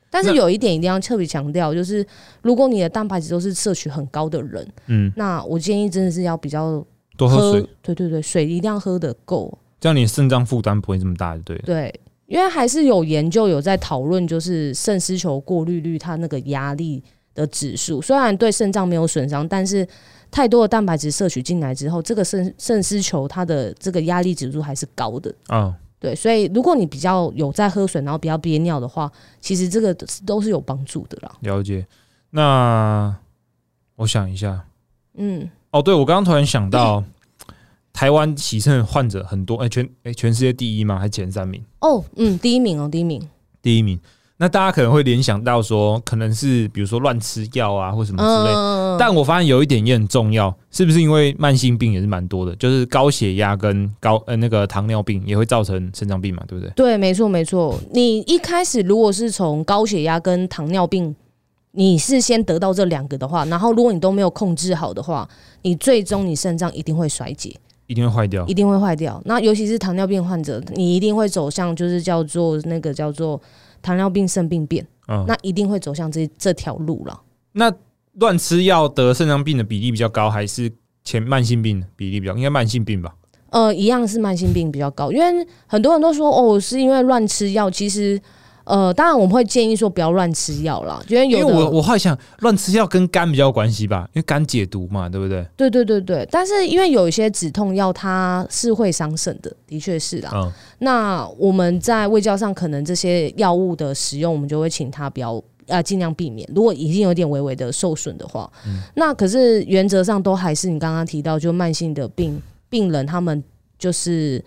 Speaker 2: 但是
Speaker 1: 那
Speaker 2: 有一点一定要特别强调，就是如果你的蛋白质都是摄取很高的人，
Speaker 1: 嗯，
Speaker 2: 那我建议真的是要比较
Speaker 1: 多喝水，
Speaker 2: 对对对，水一定要喝得够。
Speaker 1: 这样你的肾脏负担不会这么大，就对了。
Speaker 2: 对，因为还是有研究有在讨论，就是肾丝球过滤率它那个压力的指数，虽然对肾脏没有损伤，但是太多的蛋白质摄取进来之后，这个肾肾丝球它的这个压力指数还是高的。
Speaker 1: 啊、
Speaker 2: 对，所以如果你比较有在喝水，然后比较憋尿的话，其实这个都是有帮助的啦。
Speaker 1: 了解。那我想一下，
Speaker 2: 嗯，
Speaker 1: 哦，对，我刚刚突然想到，台湾洗肾患者很多，哎、全哎、全世界第一吗？还前三名？
Speaker 2: 哦，嗯，第一名哦，第一名，
Speaker 1: 第一名。那大家可能会联想到说，可能是比如说乱吃药啊，或什么之类。
Speaker 2: 嗯，
Speaker 1: 但我发现有一点也很重要，是不是因为慢性病也是蛮多的，就是高血压跟高呃那个糖尿病也会造成肾脏病嘛，对不对？
Speaker 2: 对，没错没错。你一开始如果是从高血压跟糖尿病，你是先得到这两个的话，然后如果你都没有控制好的话，你最终你肾脏一定会衰竭，
Speaker 1: 一定会坏掉
Speaker 2: 一。定会坏掉。那尤其是糖尿病患者，你一定会走向就是叫做那个叫做糖尿病肾病变，
Speaker 1: 嗯，
Speaker 2: 那一定会走向这这条路了。
Speaker 1: 那乱吃药得肾脏病的比例比较高，还是前慢性病的比例比较？应该慢性病吧？
Speaker 2: 呃，一样是慢性病比较高，因为很多人都说哦，是因为乱吃药。其实，呃，当然我们会建议说不要乱吃药啦，因为
Speaker 1: 因
Speaker 2: 有
Speaker 1: 为
Speaker 2: 的
Speaker 1: 我我后来想，乱吃药跟肝比较有关系吧，因为肝解毒嘛，对不对？
Speaker 2: 对对对对，但是因为有一些止痛药它是会伤肾的，的确是啦。
Speaker 1: 嗯，
Speaker 2: 那我们在胃教上可能这些药物的使用，我们就会请他不要啊，尽量避免。如果已经有点微微的受损的话，
Speaker 1: 嗯
Speaker 2: 那可是原则上都还是你刚刚提到，就慢性的病病人他们就是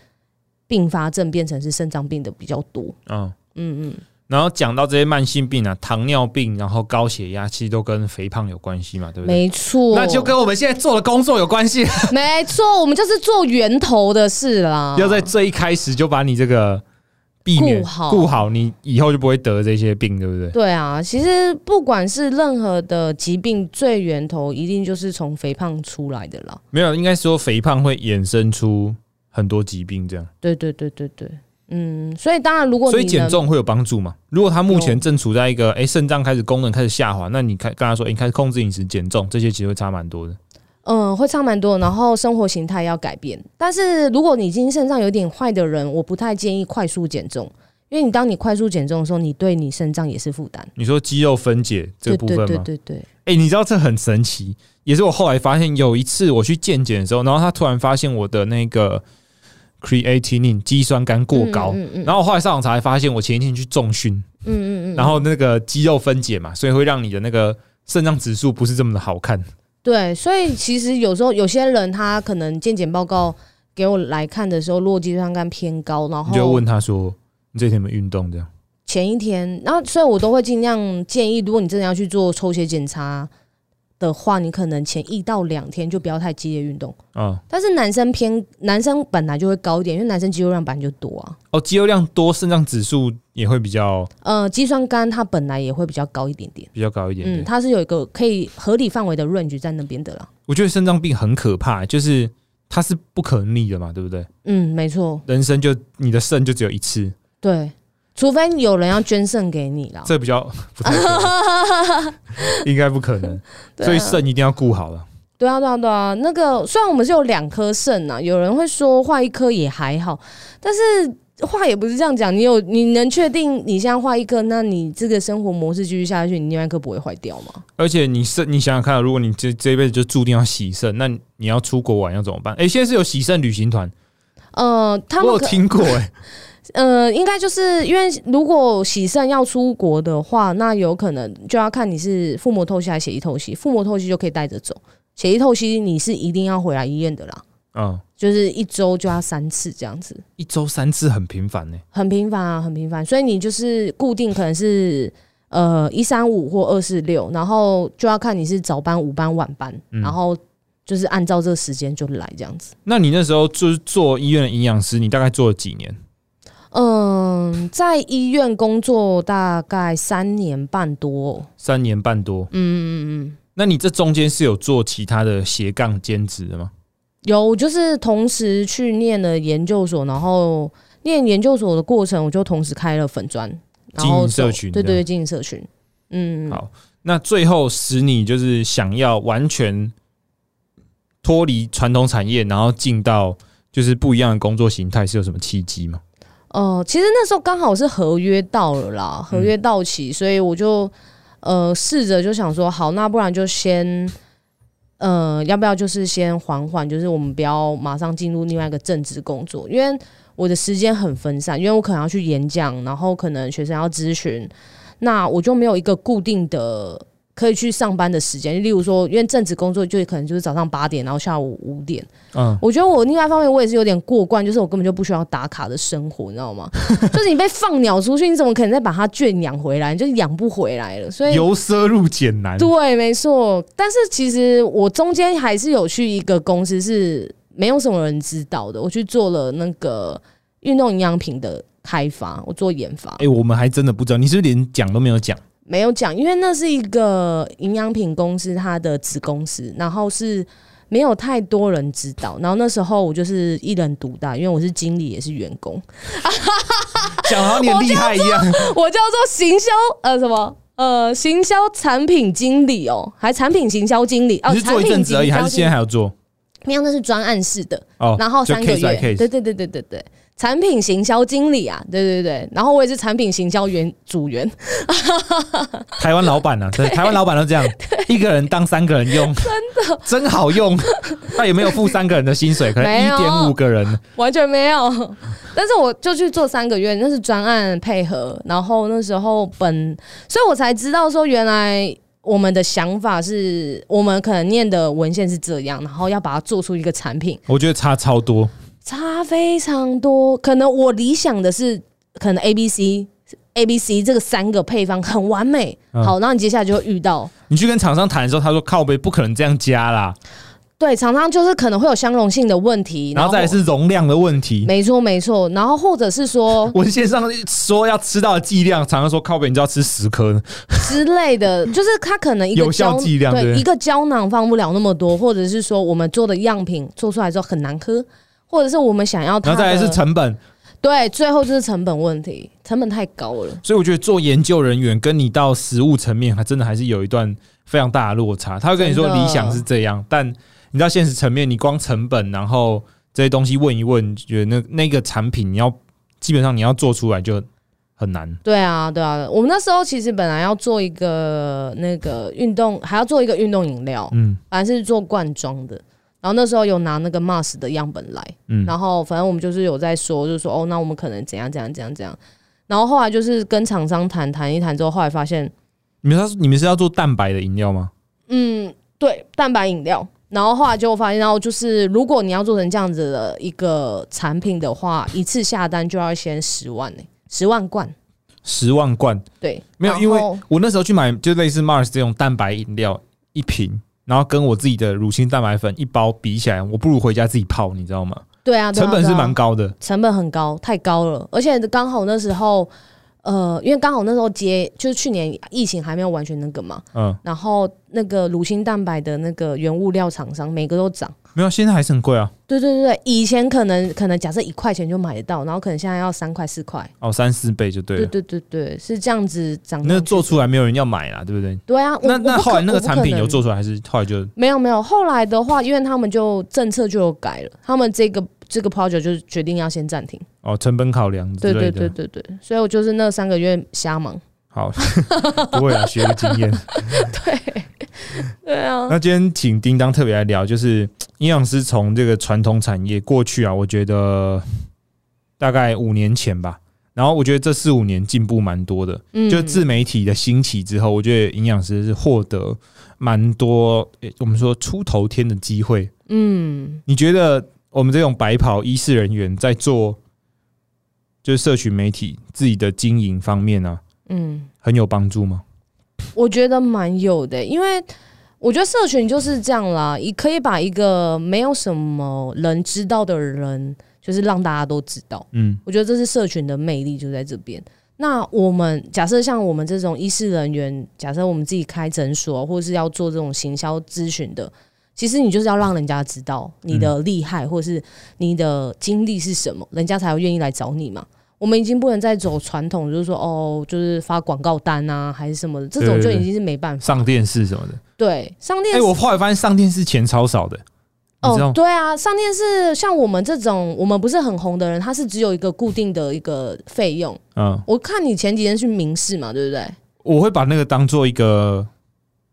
Speaker 2: 并发症变成是肾脏病的比较多。
Speaker 1: 嗯。
Speaker 2: 嗯嗯，
Speaker 1: 然后讲到这些慢性病啊，糖尿病，然后高血压，其实都跟肥胖有关系嘛，对不对？
Speaker 2: 没错，
Speaker 1: 那就跟我们现在做的工作有关系，啊
Speaker 2: 没错，我们就是做源头的事啦。
Speaker 1: 要在最一开始就把你这个避免
Speaker 2: 啊顾好
Speaker 1: 你以后就不会得这些病，对不对？
Speaker 2: 对啊，其实不管是任何的疾病，最源头一定就是从肥胖出来的啦。
Speaker 1: 没有，应该说肥胖会衍生出很多疾病，这样，
Speaker 2: 对对对对对，嗯，所以当然，如果你
Speaker 1: 所以减
Speaker 2: 能
Speaker 1: 重会有帮助嘛？如果他目前
Speaker 2: 有
Speaker 1: 正处在一个哎肾脏开始功能开始下滑，那你看刚才说，哎、你开始控制饮食减重，这些其实会差蛮多的。
Speaker 2: 嗯，会差蛮多，然后生活形态要改变。但是如果你已经肾脏有点坏的人，我不太建议快速减重，因为你当你快速减重的时候，你对你肾脏也是负担。
Speaker 1: 你说肌肉分解这
Speaker 2: 对
Speaker 1: 个部
Speaker 2: 对
Speaker 1: 分吗？
Speaker 2: 对对对，
Speaker 1: 哎、你知道这很神奇，也是我后来发现，有一次我去健检的时候，然后他突然发现我的那个 creatinine 肌酸酐过高，
Speaker 2: 嗯嗯嗯
Speaker 1: 然后我后来上网查才发现，我前一天去重训，
Speaker 2: 嗯嗯嗯，
Speaker 1: 然后那个肌肉分解嘛，所以会让你的那个肾脏指数不是这么的好看。
Speaker 2: 对，所以其实有时候有些人他可能健检报告给我来看的时候，落肌酸酐偏高，然后
Speaker 1: 你就问他说：“你这天有没有运动？”这样
Speaker 2: 前一天，然后所以我都会尽量建议，如果你真的要去做抽血检查的话，你可能前一到两天就不要太激烈运动。
Speaker 1: 啊，
Speaker 2: 但是男生偏男生本来就会高一点，因为男生肌肉量本来就多啊。
Speaker 1: 哦，肌肉量多，肾脏指数也会比较
Speaker 2: 呃，肌酸酐它本来也会比较高一点点，
Speaker 1: 比较高一点点。
Speaker 2: 嗯，它是有一个可以合理范围的 range 在那边的啦。
Speaker 1: 我觉得肾脏病很可怕，欸就是它是不可逆的嘛，对不对？
Speaker 2: 嗯，没错，
Speaker 1: 人生就你的肾就只有一次，
Speaker 2: 对，除非有人要捐肾给你啦。
Speaker 1: 这比较 不太可能， 应该不可能，
Speaker 2: 对啊
Speaker 1: 所以肾一定要顾好了。
Speaker 2: 对啊，对啊，对啊。那个虽然我们是有两颗肾啊，有人会说坏一颗也还好，但是话也不是这样讲。你有你能确定你现在坏一颗，那你这个生活模式继续下去，你另外一颗不会坏掉吗？
Speaker 1: 而且你肾，你想想看，如果你这这一辈子就注定要洗肾，那你要出国玩要怎么办？哎、现在是有洗肾旅行团，
Speaker 2: 呃，他
Speaker 1: 我
Speaker 2: 们
Speaker 1: 有
Speaker 2: 可
Speaker 1: 听过哎、 诶
Speaker 2: 呃，应该就是因为如果洗肾要出国的话，那有可能就要看你是腹膜透析还是血液透析。腹膜透析就可以带着走，血液透析你是一定要回来医院的啦，
Speaker 1: 嗯，
Speaker 2: 就是一周就要三次这样子。
Speaker 1: 一周三次很频繁呢、
Speaker 2: 很频繁啊，很频繁，所以你就是固定可能是呃一三五或二四六，然后就要看你是早班、午班、晚班，
Speaker 1: 嗯
Speaker 2: 然后就是按照这个时间就来这样子。
Speaker 1: 那你那时候就是做医院的营养师，你大概做了几年？
Speaker 2: 嗯，在医院工作大概三年半多，
Speaker 1: 三年半多。
Speaker 2: 嗯嗯嗯，
Speaker 1: 那你这中间是有做其他的斜杠兼职的吗？
Speaker 2: 有就是同时去念了研究所，然后念研究所的过程，我就同时开了粉砖，然后
Speaker 1: 经营社
Speaker 2: 走
Speaker 1: 群
Speaker 2: 对
Speaker 1: 这
Speaker 2: 对
Speaker 1: 样
Speaker 2: 对，经营社群，嗯，
Speaker 1: 好那最后使你就是想要完全脱离传统产业，然后进到就是不一样的工作形态，是有什么契机吗？
Speaker 2: 哦，其实那时候刚好是合约到了啦，合约到期，所以我就呃试着就想说，好，那不然就先呃，要不要就是先缓缓，就是我们不要马上进入另外一个正职工作，因为我的时间很分散，因为我可能要去演讲，然后可能学生要咨询，那我就没有一个固定的。可以去上班的时间，例如说，因为正职工作就可能就是早上八点，然后下午五点，
Speaker 1: 嗯，
Speaker 2: 我觉得我另外一方面我也是有点过惯，就是我根本就不需要打卡的生活，你知道吗？就是你被放鸟出去，你怎么可能再把它圈养回来？你就养不回来了。所以
Speaker 1: 由奢入俭难。
Speaker 2: 对，没错。但是其实我中间还是有去一个公司是没有什么人知道的，我去做了那个运动营养品的开发，我做研发
Speaker 1: 哎、。我们还真的不知道，你是不是连讲都没有讲？
Speaker 2: 没有讲，因为那是一个营养品公司它的子公司，然后是没有太多人知道。然后那时候我就是一人独大，因为我是经理也是员工，
Speaker 1: 讲好像你很厉害一样。
Speaker 2: 我叫做行销呃什么。呃，行销产品经理哦，还产品行销经理 哦，
Speaker 1: 你是做一阵子而已，还是现在
Speaker 2: 在
Speaker 1: 还要做？
Speaker 2: 没有？那是专案式的，
Speaker 1: 哦，
Speaker 2: 然后
Speaker 1: 就
Speaker 2: 三个
Speaker 1: case by
Speaker 2: 月，对
Speaker 1: case
Speaker 2: 对对对对对，产品行销经理啊，对对对，然后我也是产品行销员组员，
Speaker 1: 台湾老板 啊，对，台湾老板都这样，一个人当三个人用，真的真好用。他也没有付三个人的薪水，可能
Speaker 2: 没
Speaker 1: 一
Speaker 2: 有
Speaker 1: 点五个人。
Speaker 2: 完全没有。但是我就去做三个月，那是专案配合，然后那时候本，所以我才知道说原来。我们的想法是，我们可能念的文献是这样，然后要把它做出一个产品，
Speaker 1: 我觉得差超多。
Speaker 2: 差非常多。可能我理想的是，可能 A、B、C、A、B、C 这个三个配方很完美。
Speaker 1: 嗯
Speaker 2: 好，然后你接下来就会遇到，
Speaker 1: 你去跟厂商谈的时候，他说靠背不可能这样加啦，
Speaker 2: 对，常常就是可能会有相容性的问题，
Speaker 1: 然后再来是容量的问题。
Speaker 2: 没错没错，然后或者是说
Speaker 1: 文献上说要吃到的剂量，厂商说靠背你就要吃十颗呢，
Speaker 2: 之类的，就是它可能一个
Speaker 1: 有效
Speaker 2: 胶
Speaker 1: 剂量对
Speaker 2: 对一个胶囊放不了那么多，或者是说我们做的样品做出来之后很难喝，或者是我们想要它
Speaker 1: 然后再来
Speaker 2: 的
Speaker 1: 是成本。
Speaker 2: 对，最后就是成本问题，成本太高了。
Speaker 1: 所以我觉得做研究人员跟你到实物层面，还真的还是有一段非常大的落差。他会跟你说
Speaker 2: 真的
Speaker 1: 理想是这样，但你到现实层面，你光成本，然后这些东西问一问，觉得那那个产品你要基本上你要做出来就很难。
Speaker 2: 对啊，对啊，我们那时候其实本来要做一个那个运动，还要做一个运动饮料，
Speaker 1: 嗯
Speaker 2: 反正是做罐装的。然后那时候有拿那个 Mars 的样本来，
Speaker 1: 嗯，
Speaker 2: 然后反正我们就是有在说，就是说哦，那我们可能怎样怎样怎样怎样。然后后来就是跟厂商谈谈一谈之后，后来发现
Speaker 1: 你们是你们是要做蛋白的饮料吗？
Speaker 2: 嗯，对，蛋白饮料。然后后来就发现到，就是如果你要做成这样子欸的一个产品的话，一次下单就要先十万呢、十万罐。
Speaker 1: 十万罐，
Speaker 2: 对，
Speaker 1: 没有，
Speaker 2: 然
Speaker 1: 因为
Speaker 2: 后
Speaker 1: 我那时候去买就类似 Mars 这种蛋白饮料一瓶，然后跟我自己的乳清蛋白粉一包比起来，我不如回家自己泡，你知道吗？
Speaker 2: 对啊，对啊
Speaker 1: 成本是
Speaker 2: 对啊
Speaker 1: 蛮高的，
Speaker 2: 成本很高，太高了。而且刚好那时候，呃，因为刚好那时候接就是去年疫情还没有完全那个嘛，
Speaker 1: 嗯，
Speaker 2: 然后那个乳清蛋白的那个原物料厂商每个都涨。
Speaker 1: 没有，现在还是很贵啊，
Speaker 2: 对对对对，以前可能可能假设一块钱就买得到，然后可能现在要三块四块。
Speaker 1: 哦，三四倍就对了。
Speaker 2: 对对对对，是这样子涨上去。
Speaker 1: 那做出来没有人要买啦，对不对？
Speaker 2: 对啊，我
Speaker 1: 那
Speaker 2: 我
Speaker 1: 那
Speaker 2: 不
Speaker 1: 后
Speaker 2: 可
Speaker 1: 来那个
Speaker 2: 我不可
Speaker 1: 产品有
Speaker 2: 能
Speaker 1: 做出来，还是后来就
Speaker 2: 没有没有，后来的话，因为他们就政策就有改了，他们这个这个 project 就是决定要先暂停。
Speaker 1: 哦成本考量之
Speaker 2: 对
Speaker 1: 类
Speaker 2: 对
Speaker 1: 的？
Speaker 2: 对对对，所以我就是那三个月瞎忙。
Speaker 1: 好， 不会啊，学个经 验。
Speaker 2: 对 啊，
Speaker 1: 那今天请叮当特别来聊，就是营养师从这个传统产业过去啊，我觉得大概五年前吧。然后我觉得这四五年进步蛮多的，
Speaker 2: 嗯
Speaker 1: 就自媒体的兴起之后，我觉得营养师是获得蛮多诶我们说出头天的机会。
Speaker 2: 嗯，
Speaker 1: 你觉得我们这种白袍医师人员在做就是社群媒体自己的经营方面呢、
Speaker 2: 嗯，
Speaker 1: 很有帮助吗？
Speaker 2: 我觉得蛮有的，因为我觉得社群就是这样啦，你可以把一个没有什么人知道的人，就是让大家都知道。
Speaker 1: 嗯
Speaker 2: 我觉得这是社群的魅力就在这边。那我们假设像我们这种医师人员，假设我们自己开诊所，或是要做这种行销咨询的，其实你就是要让人家知道你的
Speaker 1: 嗯
Speaker 2: 厉害，或是你的经历是什么，人家才会愿意来找你嘛。我们已经不能再走传统，就是说哦，就是发广告单啊，还是什么的，这种
Speaker 1: 对
Speaker 2: 就
Speaker 1: 对
Speaker 2: 已经是没办法。
Speaker 1: 上电视什么的。
Speaker 2: 对，上
Speaker 1: 哎、
Speaker 2: 电视
Speaker 1: 我后来发现上电视钱超少的，你知道
Speaker 2: 哦，
Speaker 1: 吗？
Speaker 2: 对啊，上电视像我们这种我们不是很红的人，他是只有一个固定的一个费用，
Speaker 1: 嗯，
Speaker 2: 我看你前几天去明视嘛，对不对？
Speaker 1: 我会把那个当做一个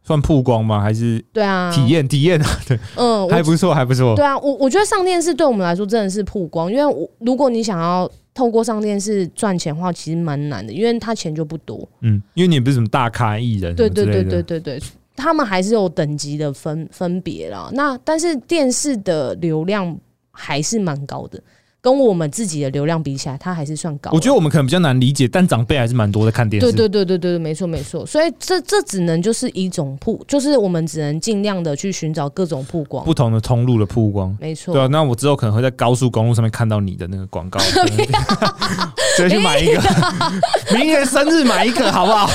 Speaker 1: 算曝光吗？还是
Speaker 2: 对啊，
Speaker 1: 体，验？体验啊，
Speaker 2: 嗯，我
Speaker 1: 还不错，还不错。
Speaker 2: 对啊，我我觉得上电视对我们来说真的是曝光，因为我如果你想要透过上电视赚钱的话，其实蛮难的，因为他钱就不多。
Speaker 1: 嗯，因为你也不是什么大咖艺人，
Speaker 2: 对对对
Speaker 1: 对，
Speaker 2: 对对对，他们还是有等级的分分别啦。那但是电视的流量还是蛮高的，跟我们自己的流量比起来，它还是算高啦。
Speaker 1: 我觉得我们可能比较难理解，但长辈还是蛮多在看电视。
Speaker 2: 对对对对对，没错没错。所以这这只能就是一种曝，就是我们只能尽量的去寻找各种曝光。
Speaker 1: 不同的通路的曝光。
Speaker 2: 没错，
Speaker 1: 对啊，那我之后可能会在高速公路上面看到你的那个广 告，直接去买一个，明年生日买一个好不好？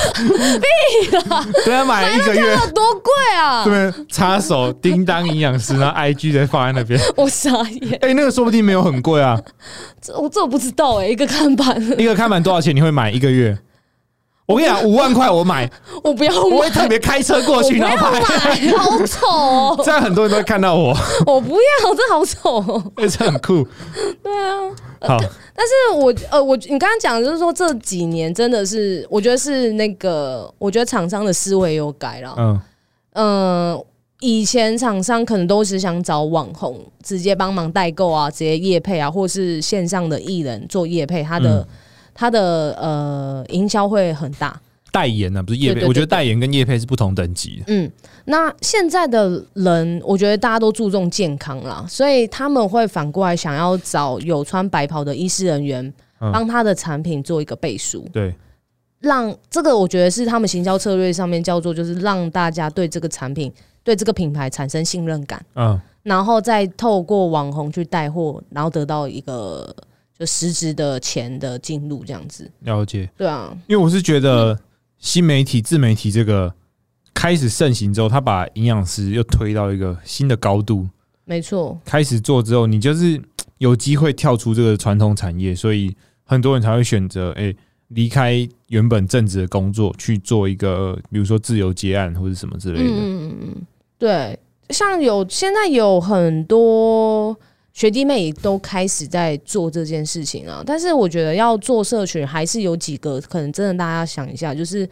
Speaker 1: 对啊，买一个月，
Speaker 2: 那多贵啊！
Speaker 1: 对，插手叮当营养师，然 后 IG 再放在那边。
Speaker 2: 我傻眼，
Speaker 1: 哎、那个说不定没有很贵啊，
Speaker 2: 这我这我不知道哎、一个看 板，
Speaker 1: 一个看板多少钱？你会买一个月？我跟你讲，五万块我买，
Speaker 2: 我不要
Speaker 1: 我
Speaker 2: 买，
Speaker 1: 会特别开车过
Speaker 2: 我
Speaker 1: 去，
Speaker 2: 不
Speaker 1: 然
Speaker 2: 要
Speaker 1: 后
Speaker 2: 买
Speaker 1: 拍，，
Speaker 2: 好丑 哦、
Speaker 1: 这样很多人都会看到我，
Speaker 2: 我不要，这好丑、哦。
Speaker 1: 哎这很酷。对啊，好，
Speaker 2: 但是我呃，我你刚刚讲的就是说这几年真的是，我觉得是那个，我觉得厂商的思维有改了，
Speaker 1: 嗯，
Speaker 2: 嗯、以前厂商可能都是想找网红直接帮忙代购啊，直接业配啊，或是线上的艺人做业配，他
Speaker 1: 嗯
Speaker 2: 的、他的呃营销会很大，
Speaker 1: 代言啊，不是叶
Speaker 2: 对
Speaker 1: 配，
Speaker 2: 对
Speaker 1: 我觉得
Speaker 2: 对对
Speaker 1: 代言跟叶配是不同等级的。
Speaker 2: 嗯，那现在的人，我觉得大家都注重健康啦，所以他们会反过来想要找有穿白袍的医师人员，
Speaker 1: 嗯
Speaker 2: 帮他的产品做一个背书，
Speaker 1: 对，
Speaker 2: 让这个我觉得是他们行销策略上面叫做就是让大家对这个产品、对这个品牌产生信任感，
Speaker 1: 嗯。
Speaker 2: 然后再透过网红去带货，然后得到一个就实质的钱的进入，这样子，
Speaker 1: 了解，
Speaker 2: 对啊，
Speaker 1: 因为我是觉得新媒体、自媒体这个开始盛行之后，他把营养师又推到一个新的高度。
Speaker 2: 没错，
Speaker 1: 开始做之后，你就是嘖有机会跳出这个传统产业，所以很多人才会选择哎离开原本正职的工作，去做一个比如说自由接案或者什么之类的。
Speaker 2: 嗯嗯嗯嗯，对，像有现在有很多学弟妹也都开始在做这件事情啊，但是我觉得要做社群，还是有几个可能真的大家要想一下，就是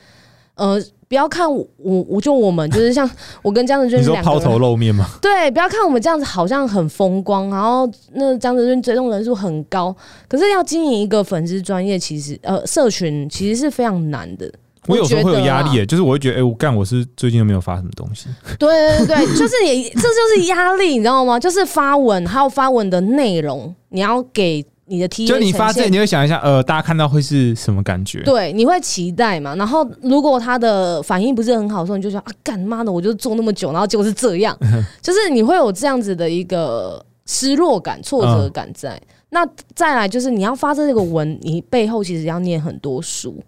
Speaker 2: 呃。不要看我，我我就我们就是像我跟江泽
Speaker 1: 你
Speaker 2: 俊
Speaker 1: 说
Speaker 2: 两个
Speaker 1: 抛头
Speaker 2: 人，
Speaker 1: 露面吗？
Speaker 2: 对，不要看我们这样子好像很风光，然后那江泽俊追踪人数很高，可是要经营一个粉丝专业，其实呃社群其实是非常难的。
Speaker 1: 我有时候会有压
Speaker 2: 我觉
Speaker 1: 力、
Speaker 2: 得啊
Speaker 1: 哎，就是我会觉得，哎、我干，我是最近有没有发什么东西？
Speaker 2: 对对对 对，就是也这就是压力，你知道吗？就是发文还有发文的内容，你要给你的 T，
Speaker 1: 就你发这，你会想一下，呃，大家看到会是什么感觉？
Speaker 2: 对，你会期待嘛？然后如果他的反应不是很好的时候，你就想啊，干妈的，我就做那么久，然后结果是这样，就是你会有这样子的一个失落感、挫折感在。那再来就是你要发这个文，你背后其实要念很多书。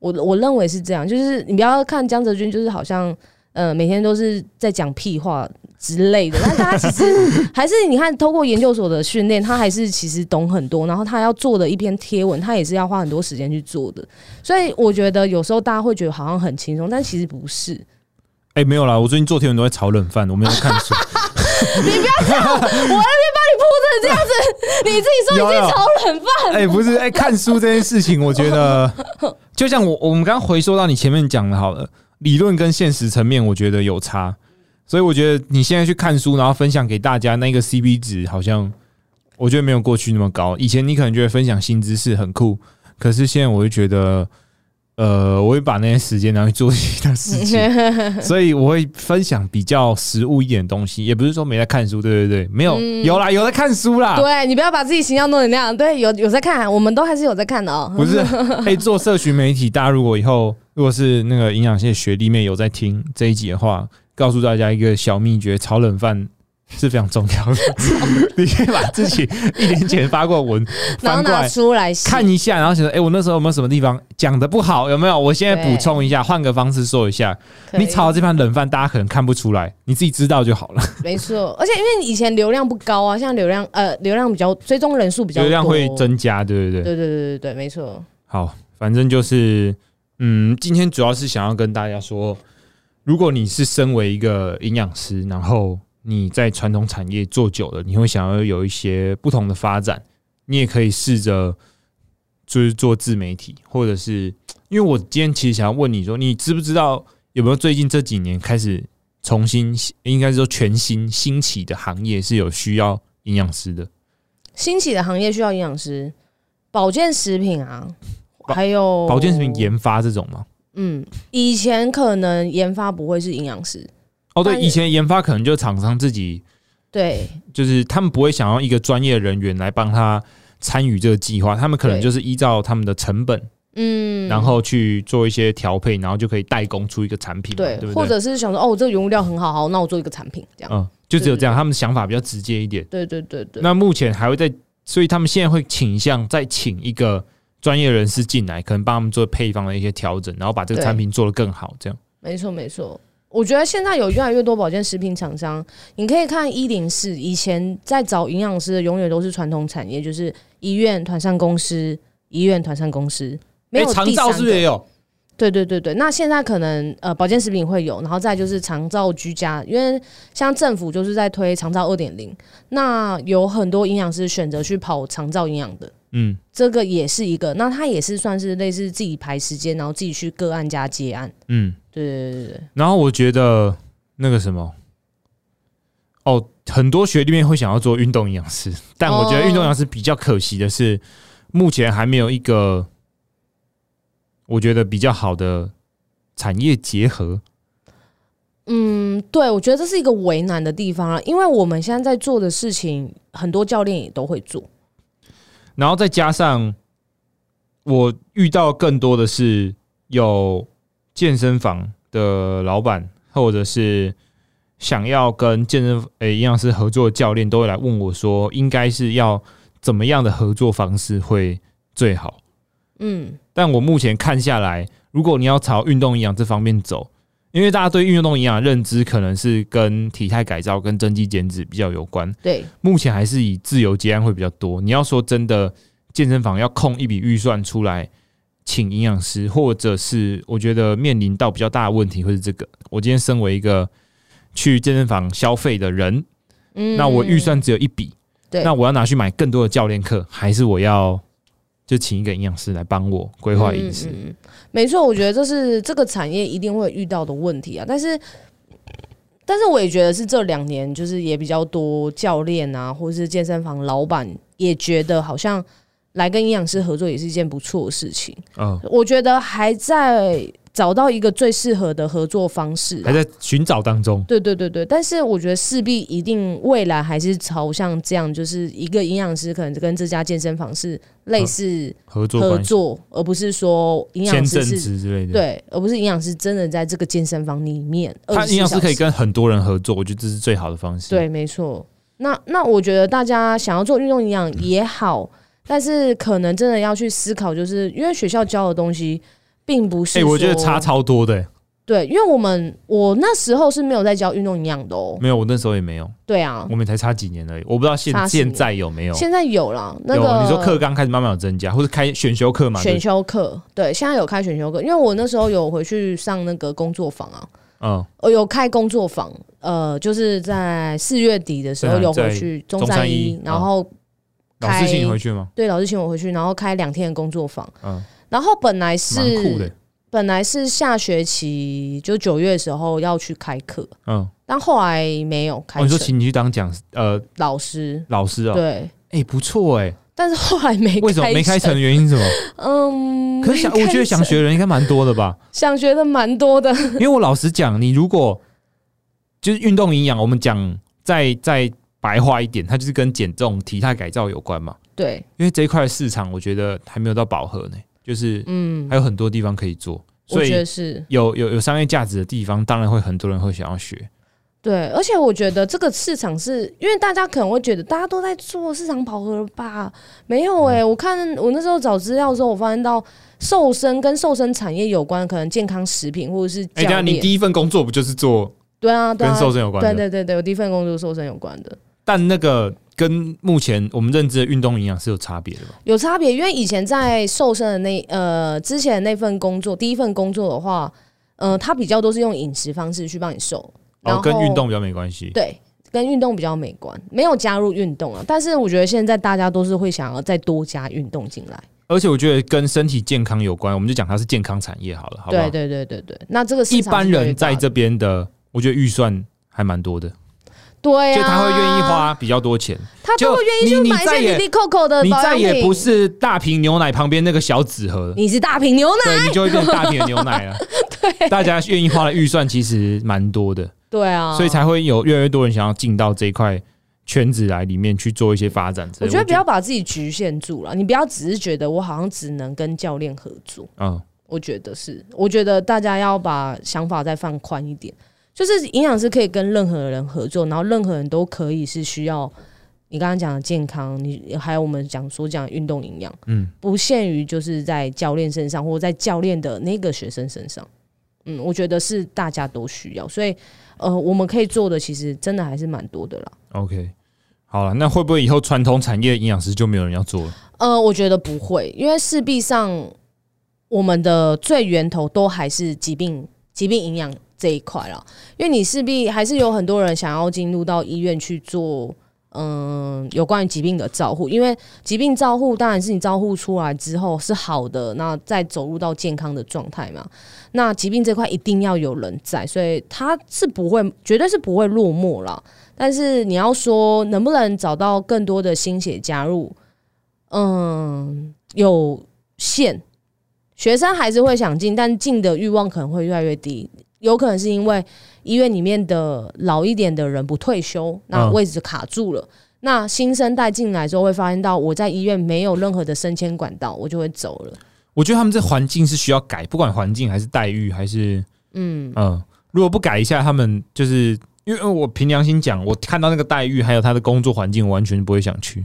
Speaker 2: 我我认为是这样，就是你不要看江泽君，就是好像呃每天都是在讲屁话之类的，但是他其实还是你看，透过研究所的训练，他还是其实懂很多，然后他要做的一篇贴文，他也是要花很多时间去做的，所以我觉得有时候大家会觉得好像很轻松，但其实不是。
Speaker 1: 哎、没有啦，我最近做天文都在炒冷饭，我没有在看书。
Speaker 2: 你这样子， 你自己说你自己炒冷饭，
Speaker 1: 哎、不是，哎、看书这件事情，我觉 得就像我我们刚回说到你前面讲的，好了，理论跟现实层面，我觉得有差，所以我觉得你现在去看书，然后分享给大家，那个 CP 值好像我觉得没有过去那么高。以前你可能觉得分享新知识很酷，可是现在我会觉得，呃，我会把那些时间拿去做其他事情， 所以我会分享比较实务一点的东西，也不是说没在看书，对对对，没有，
Speaker 2: 嗯
Speaker 1: 有啦，有在看书 啦，
Speaker 2: 对你不要把自己形象弄成那样。对，有有在看，我们都还是有在看的哦。
Speaker 1: 不是，哎、做社群媒体，大家如果以后如果是那个营养系的学弟妹有在听这一集的话，告诉大家一个小秘诀：炒冷饭是非常重 要的。你可以把自己一年前发过的文
Speaker 2: 然后
Speaker 1: 翻过
Speaker 2: 拿
Speaker 1: 来
Speaker 2: 出来洗
Speaker 1: 看一下，然后想说，哎、我那时候有没有什么地方讲的不好？有没有？我现在
Speaker 2: 对
Speaker 1: 补充一下，换个方式说一下。
Speaker 2: 可以
Speaker 1: 你炒的这盘冷饭，大家可能看不出来，你自己知道就好了。
Speaker 2: 没错，而且因为以前流量不高啊，像流量呃流量比较追踪人数比 较
Speaker 1: 流量
Speaker 2: 多
Speaker 1: 会。增加，对不对？
Speaker 2: 对对对对对，没错。
Speaker 1: 好，反正就是，嗯，今天主要是想要跟大家说，如果你是身为一个营养师，然后你在传统产业做久了，你会想要有一些不同的发展，你也可以试着就是做自媒体，或者是因为我今天其实想要问你说，你知不知道有没有最近这几年开始重新，应该是说全新兴起的行业是有需要营养师的？
Speaker 2: 兴起的行业需要营养师，保健食品啊，
Speaker 1: 保
Speaker 2: 还有
Speaker 1: 保健食品。研发这种吗？
Speaker 2: 嗯，以前可能研发不会是营养师，
Speaker 1: 哦，对，
Speaker 2: 但
Speaker 1: 以前研发可能就厂商自己
Speaker 2: 对
Speaker 1: 就是他们不会想要一个专业人员来帮他参与这个计划，他们可能
Speaker 2: 对
Speaker 1: 就是依照他们的成本，
Speaker 2: 嗯，
Speaker 1: 然后去做一些调配，然后就可以代工出一个产品嘛，
Speaker 2: 对
Speaker 1: 对不
Speaker 2: 或
Speaker 1: 对？
Speaker 2: 者是想说哦，这个原物料很好，好，那我做一个产品这样。
Speaker 1: 嗯，就只有这样，
Speaker 2: 对对对
Speaker 1: 他们想法比较直接一点。
Speaker 2: 对对对对，
Speaker 1: 那目前还会在，所以他们现在会倾向再请一个专业人士进来，可能帮他们做配方的一些调整，然后把这个
Speaker 2: 对
Speaker 1: 产品做得更好，这样。
Speaker 2: 没错没错，我觉得现在有越来越多保健食品厂商，你可以看一零四，以前在找营养师的永远都是传统产业，就是医院、团膳公司、医院、团膳公司，没
Speaker 1: 哎，
Speaker 2: 有
Speaker 1: 长
Speaker 2: 第
Speaker 1: 照
Speaker 2: 三
Speaker 1: 是不是
Speaker 2: 个。
Speaker 1: 也有？
Speaker 2: 对对对对，那现在可能呃保健食品会有，然后再就是长照居家，因为像政府就是在推长照二点零，那有很多营养师选择去跑长照营养的。
Speaker 1: 嗯，
Speaker 2: 这个也是一个，那他也是算是类似自己排时间，然后自己去个案加接案。
Speaker 1: 嗯，
Speaker 2: 对对对对对，
Speaker 1: 然后我觉得那个什么，哦，很多学弟妹会想要做运动营养师， 但我觉得运
Speaker 2: 哦
Speaker 1: 动营养师比较可惜的是，目前还没有一个我觉得比较好的产业结合。
Speaker 2: 嗯，对，我觉得这是一个为难的地方啊，因为我们现在在做的事情，很多教练也都会做。
Speaker 1: 然后再加上我遇到更多的是有健身房的老板，或者是想要跟健身诶营养师合作的教练，都会来问我说，应该是要怎么样的合作方式会最好？
Speaker 2: 嗯，
Speaker 1: 但我目前看下来，如果你要朝运动营养这方面走，因为大家对运动营养的认知可能是跟体态改造、跟增肌减脂比较有关，
Speaker 2: 对，
Speaker 1: 目前还是以自由接案会比较多。你要说真的，健身房要空一笔预算出来请营养师，或者是我觉得面临到比较大的问题会是这个。我今天身为一个去健身房消费的人，
Speaker 2: 嗯，
Speaker 1: 那我预算只有一笔，
Speaker 2: 对
Speaker 1: 那我要拿去买更多的教练课，还是我要就请一个营养师来帮我规划饮食？
Speaker 2: 嗯嗯嗯没错，我觉得这是这个产业一定会遇到的问题啊。但是，但是我也觉得是这两年，就是也比较多教练啊，或是健身房老板也觉得好像来跟营养师合作也是一件不错的事情。
Speaker 1: 嗯
Speaker 2: 我觉得还在找到一个最适合的合作方式啊、
Speaker 1: 还在寻找当中。
Speaker 2: 对对对对，但是我觉得势必一定未来还是朝向这样，就是一个营养师可能跟这家健身房是类似
Speaker 1: 合作
Speaker 2: 合
Speaker 1: 嗯关系、
Speaker 2: 作，而不是说营
Speaker 1: 签
Speaker 2: 养
Speaker 1: 证
Speaker 2: 师是
Speaker 1: 职之类的。，
Speaker 2: 对，而不是营养师真的在这个健身房里面。
Speaker 1: 他
Speaker 2: 24
Speaker 1: 营养师
Speaker 2: 小时
Speaker 1: 可以跟很多人合作，我觉得这是最好的方式。，
Speaker 2: 对，没错。那那我觉得大家想要做运动营养也好，但是可能真的要去思考，就是因为学校教的东西并不是
Speaker 1: 哎、
Speaker 2: 说、
Speaker 1: 我觉得差超多的、欸
Speaker 2: 对，因为我们我那时候是没有在教运动营养的哦。
Speaker 1: 没有，我那时候也没有，
Speaker 2: 对啊
Speaker 1: 我，们也才差几年而已。我不知道现
Speaker 2: 差几年
Speaker 1: 现在有没有。
Speaker 2: 现在有啦，那个
Speaker 1: 有，你说课纲开始慢慢有增加，或者开选修课嘛？对
Speaker 2: 选，修课，对，现在有开选修课，因为我那时候有回去上那个工作坊啊，
Speaker 1: 嗯，
Speaker 2: 我有开工作坊，呃，就是在四月底的时
Speaker 1: 对
Speaker 2: 候
Speaker 1: 啊
Speaker 2: 有回
Speaker 1: 在
Speaker 2: 去中
Speaker 1: 中山
Speaker 2: 山
Speaker 1: 一
Speaker 2: 一，然
Speaker 1: 嗯
Speaker 2: 后
Speaker 1: 老师请你
Speaker 2: 开
Speaker 1: 回去吗？
Speaker 2: 对，老师请我回去，然后开两天的工作坊。
Speaker 1: 嗯，
Speaker 2: 然后本来
Speaker 1: 蛮酷
Speaker 2: 是
Speaker 1: 的，
Speaker 2: 本来是下学期就九月的时候要去开课，
Speaker 1: 嗯。
Speaker 2: 但后来没有开
Speaker 1: 哦，你说
Speaker 2: 成。
Speaker 1: 请你去当讲师呃
Speaker 2: 老师
Speaker 1: 老师哦，
Speaker 2: 对，
Speaker 1: 哎、不错哎、
Speaker 2: 但是后来没
Speaker 1: 为什么没开成？的原因是什么？
Speaker 2: 嗯，
Speaker 1: 可是想，
Speaker 2: 没
Speaker 1: 我
Speaker 2: 开
Speaker 1: 觉得想
Speaker 2: 成
Speaker 1: 学的人应该蛮多的 吧？
Speaker 2: 想学的蛮多的，
Speaker 1: 因为我老实讲，你如果就是运动营养，我们讲再再白话一点，它就是跟减重、体态改造有关嘛。
Speaker 2: 对，
Speaker 1: 因为这一块市场，我觉得还没有到饱和呢，就是
Speaker 2: 嗯
Speaker 1: 还，有很多地方可以做，
Speaker 2: 我
Speaker 1: 所
Speaker 2: 觉
Speaker 1: 以
Speaker 2: 得是
Speaker 1: 有有有商业价值的地方，当然会很多人会想要学。
Speaker 2: 对，而且我觉得这个市场是因为大家可能会觉得大家都在做市场饱和了吧？没有
Speaker 1: 嗯
Speaker 2: 诶、我看我那时候找资料的时候，我发现到瘦身跟瘦身产业有关，可能健康食品或者是
Speaker 1: 哎、等一
Speaker 2: 教
Speaker 1: 下你
Speaker 2: 练，
Speaker 1: 第一份工作不就是做
Speaker 2: 对啊，对
Speaker 1: 跟
Speaker 2: 啊，
Speaker 1: 瘦身有关的？
Speaker 2: 对对对对，我第一份工作是瘦身有关的，
Speaker 1: 但那个跟目前我们认知的运动营养是有差别的吧？
Speaker 2: 有差别，因为以前在瘦身的那呃之前那份工作，第一份工作的话，呃，它比较都是用饮食方式去帮你瘦，然
Speaker 1: 哦，
Speaker 2: 后
Speaker 1: 跟运动比较没关系。
Speaker 2: 对。跟运动比较没关，没有加入运动啊。但是我觉得现在大家都是会想要再多加运动进来。
Speaker 1: 而且我觉得跟身体健康有关，我们就讲它是健康产业好了，好不好
Speaker 2: 对？对对对对，那这个市
Speaker 1: 一
Speaker 2: 场
Speaker 1: 般
Speaker 2: 是
Speaker 1: 人
Speaker 2: 最大
Speaker 1: 在
Speaker 2: 的
Speaker 1: 这边的，我觉得预算还蛮多的，
Speaker 2: 对、啊，
Speaker 1: 就他会愿意，花比较多钱。
Speaker 2: 他
Speaker 1: 就
Speaker 2: 都会愿意
Speaker 1: 你
Speaker 2: 去
Speaker 1: 你
Speaker 2: 买一
Speaker 1: 再
Speaker 2: 些
Speaker 1: 也
Speaker 2: 滴滴扣扣的
Speaker 1: 你
Speaker 2: 保
Speaker 1: 再
Speaker 2: 养品。
Speaker 1: 也不是大瓶牛奶旁边那个小纸盒，
Speaker 2: 你是大瓶牛奶，
Speaker 1: 对你就会变成大瓶的牛奶了。啊 大家愿意花的预算其实蛮多的，
Speaker 2: 对啊，
Speaker 1: 所以才会有越来越多人想要进到这一块圈子来里面去做一些发展之类。
Speaker 2: 我觉得不要把自己局限住了，你不要只是觉得我好像只能跟教练合作，
Speaker 1: 嗯，
Speaker 2: 我觉得是，我觉得大家要把想法再放宽一点，就是营养师可以跟任何人合作，然后任何人都可以是需要你刚刚讲的健康，你还有我们讲所讲的运动营养，
Speaker 1: 嗯，
Speaker 2: 不限于就是在教练身上或者在教练的那个学生身上，嗯，我觉得是大家都需要，所以呃，我们可以做的其实真的还是蛮多的啦。
Speaker 1: OK，好了，那会不会以后传统产业的营养师就没有人要做了？
Speaker 2: 呃，我觉得不会，因为势必上我们的最源头都还是疾病、疾病营养这一块啦。因为你势必还是有很多人想要进入到医院去做，嗯、有关于疾病的照护。因为疾病照护当然是你照护出来之后是好的，那再走入到健康的状态嘛。那疾病这块一定要有人在，所以它是不会，绝对是不会落寞啦。但是你要说能不能找到更多的新血加入，嗯，有限。学生还是会想进，但进的欲望可能会越来越低。有可能是因为医院里面的老一点的人不退休，那
Speaker 1: 嗯
Speaker 2: 位置卡住了。那新生代进来之后，会发现到我在医院没有任何的升迁管道，我就会走了。
Speaker 1: 我觉得他们这环境是需要改，不管环境还是待遇还是
Speaker 2: 嗯，
Speaker 1: 嗯，如果不改一下，他们就是因为因为我凭良心讲，我看到那个待遇还有他的工作环境，我完全不会想去。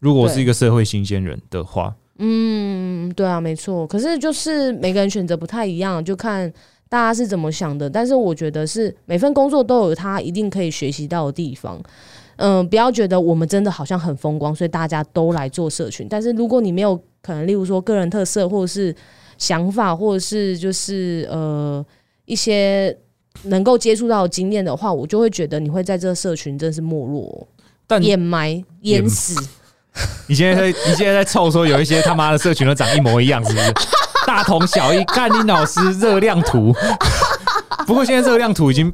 Speaker 1: 如果我是一个社会新鲜人的话，
Speaker 2: 嗯，对啊，没错。可是就是每个人选择不太一样，就看大家是怎么想的。但是我觉得是每份工作都有他一定可以学习到的地方。嗯，不要觉得我们真的好像很风光，所以大家都来做社群。但是如果你没有可能，例如说个人特色，或者是想法，或者是就是呃一些能够接触到的经验的话，我就会觉得你会在这个社群真是没落哦、
Speaker 1: 但
Speaker 2: 掩埋、
Speaker 1: 掩
Speaker 2: 淹死。
Speaker 1: 你现在在你现在在凑说有一些他妈的社群都长一模一样，是不是？大同小异，干你老师热量图。不过现在热量图已经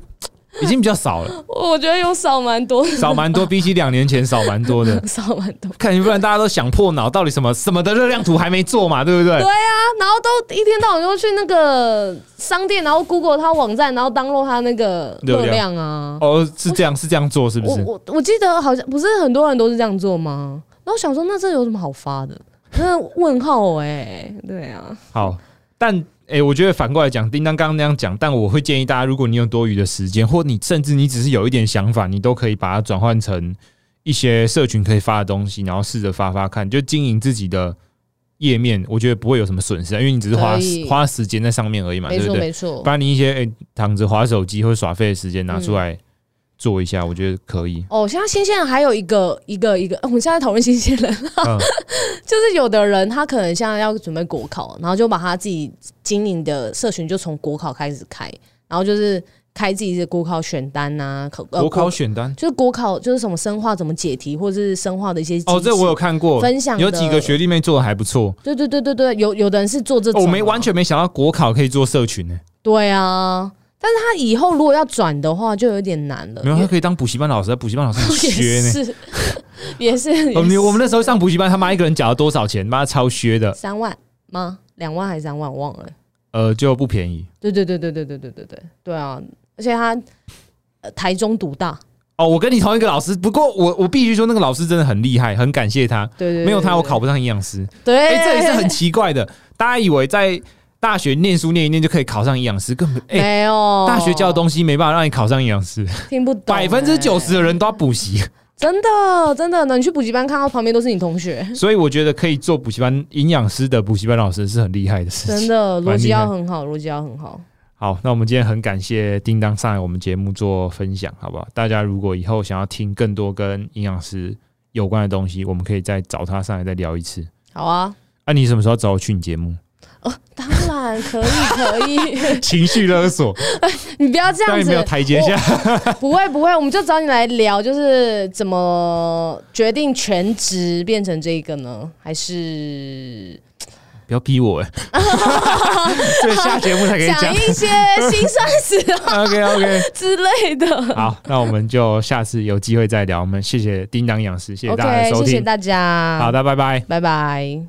Speaker 1: 已经比较少了，
Speaker 2: 我觉得有少蛮多，。
Speaker 1: 少蛮多，比起两年前少蛮多的
Speaker 2: 少蛮多。
Speaker 1: 看，不然大家都想破脑，到底什么什么的热量图还没做嘛，对不对？
Speaker 2: 然后都一天到晚都去那个商店，然后 Google 它网站，然后 download 它那个热量啊。
Speaker 1: 哦，是这样，是这样做，是不
Speaker 2: 我
Speaker 1: 是？
Speaker 2: 我我记得好像不是很多人都是这样做吗？然后想说，那这有什么好发的？那问号哎、对啊，
Speaker 1: 好，但诶、我觉得反过来讲，叮当刚刚那样讲，但我会建议大家，如果你有多余的时间，或你甚至你只是有一点想法，你都可以把它转换成一些社群可以发的东西，然后试着发发看，就经营自己的页面，我觉得不会有什么损失啊，因为你只是花
Speaker 2: 可以
Speaker 1: 花时间在上面而已嘛，
Speaker 2: 没
Speaker 1: 对不
Speaker 2: 错
Speaker 1: 对？
Speaker 2: 没错，
Speaker 1: 把你一些诶、躺着划手机或耍废的时间拿
Speaker 2: 嗯
Speaker 1: 出来做一下，我觉得可以。
Speaker 2: 哦，现在新鲜人还有一个一个一个，呃我们现在讨论新鲜人，
Speaker 1: 嗯
Speaker 2: 就是有的人他可能现在要准备国考，然后就把他自己经营的社群就从国考开始开，然后就是开自己的国考选单呐、考呃
Speaker 1: 国考选单
Speaker 2: 就是国考就是什么生化怎么解题，或者是生化的一些
Speaker 1: 哦，
Speaker 2: 机
Speaker 1: 这
Speaker 2: 制
Speaker 1: 我有看过，
Speaker 2: 分享的
Speaker 1: 有几个学弟妹做的还不错。
Speaker 2: 对对对对对，有有的人是做这种、
Speaker 1: 哦我没完全没想到国考可以做社群呢、
Speaker 2: 对啊，但是他以后如果要转的话就有点难了，
Speaker 1: 没有，
Speaker 2: 因
Speaker 1: 他
Speaker 2: 为
Speaker 1: 可以当补习班老师，补习班老师很削
Speaker 2: 也
Speaker 1: 呢、
Speaker 2: 是也是
Speaker 1: 我
Speaker 2: 也
Speaker 1: 们
Speaker 2: 是
Speaker 1: 我们那时候上补习班，他妈一个人缴了多少钱？妈超削的，
Speaker 2: 三万吗？两万还是三万？忘了。
Speaker 1: 呃，就不便宜
Speaker 2: 对对对对对对对对对对啊！而且他、呃台中独大，
Speaker 1: 哦。我跟你同一个老师，不过我我必须说，那个老师真的很厉害，很感谢他。
Speaker 2: 对对对
Speaker 1: 没有他，我考不上营养师。
Speaker 2: 对，
Speaker 1: 哎、这也是很奇怪的。大家以为在大学念书念一念就可以考上营养师，根本哎、
Speaker 2: 没有
Speaker 1: 大学教的东西没办法让你考上营养师，
Speaker 2: 听不懂、
Speaker 1: 百分之九
Speaker 2: 哎
Speaker 1: 十的人都要补习，
Speaker 2: 真的真的，你去补习班看到旁边都是你同学，
Speaker 1: 所以我觉得可以做补习班营养师的补习班老师是很厉害的事情。
Speaker 2: 真的
Speaker 1: 蛮厉害
Speaker 2: 逻辑要很好，逻辑要很好。
Speaker 1: 好，那我们今天很感谢叮当上来我们节目做分享，好不好？大家如果以后想要听更多跟营养师有关的东西，我们可以再找他上来再聊一次。
Speaker 2: 好啊，
Speaker 1: 啊，你什么时候找我去你节目？
Speaker 2: 当然可以可以，
Speaker 1: 情绪勒索，
Speaker 2: 你不要这
Speaker 1: 让
Speaker 2: 样
Speaker 1: 你没有
Speaker 2: 子，
Speaker 1: 台阶下。
Speaker 2: 不会不会，我们就找你来聊，就是怎么决定全职变成这个呢？还是
Speaker 1: 不要逼 我、欸，这下节目才可以
Speaker 2: 讲
Speaker 1: 讲
Speaker 2: 一。些辛酸史啊
Speaker 1: OK OK，
Speaker 2: 之类的？
Speaker 1: 好，那我们就下次有机会再聊。我们谢谢叮当营养师，谢谢大家的
Speaker 2: OK，
Speaker 1: 收
Speaker 2: 谢谢
Speaker 1: 听。
Speaker 2: 大家。
Speaker 1: 好，的，拜拜。
Speaker 2: 拜拜。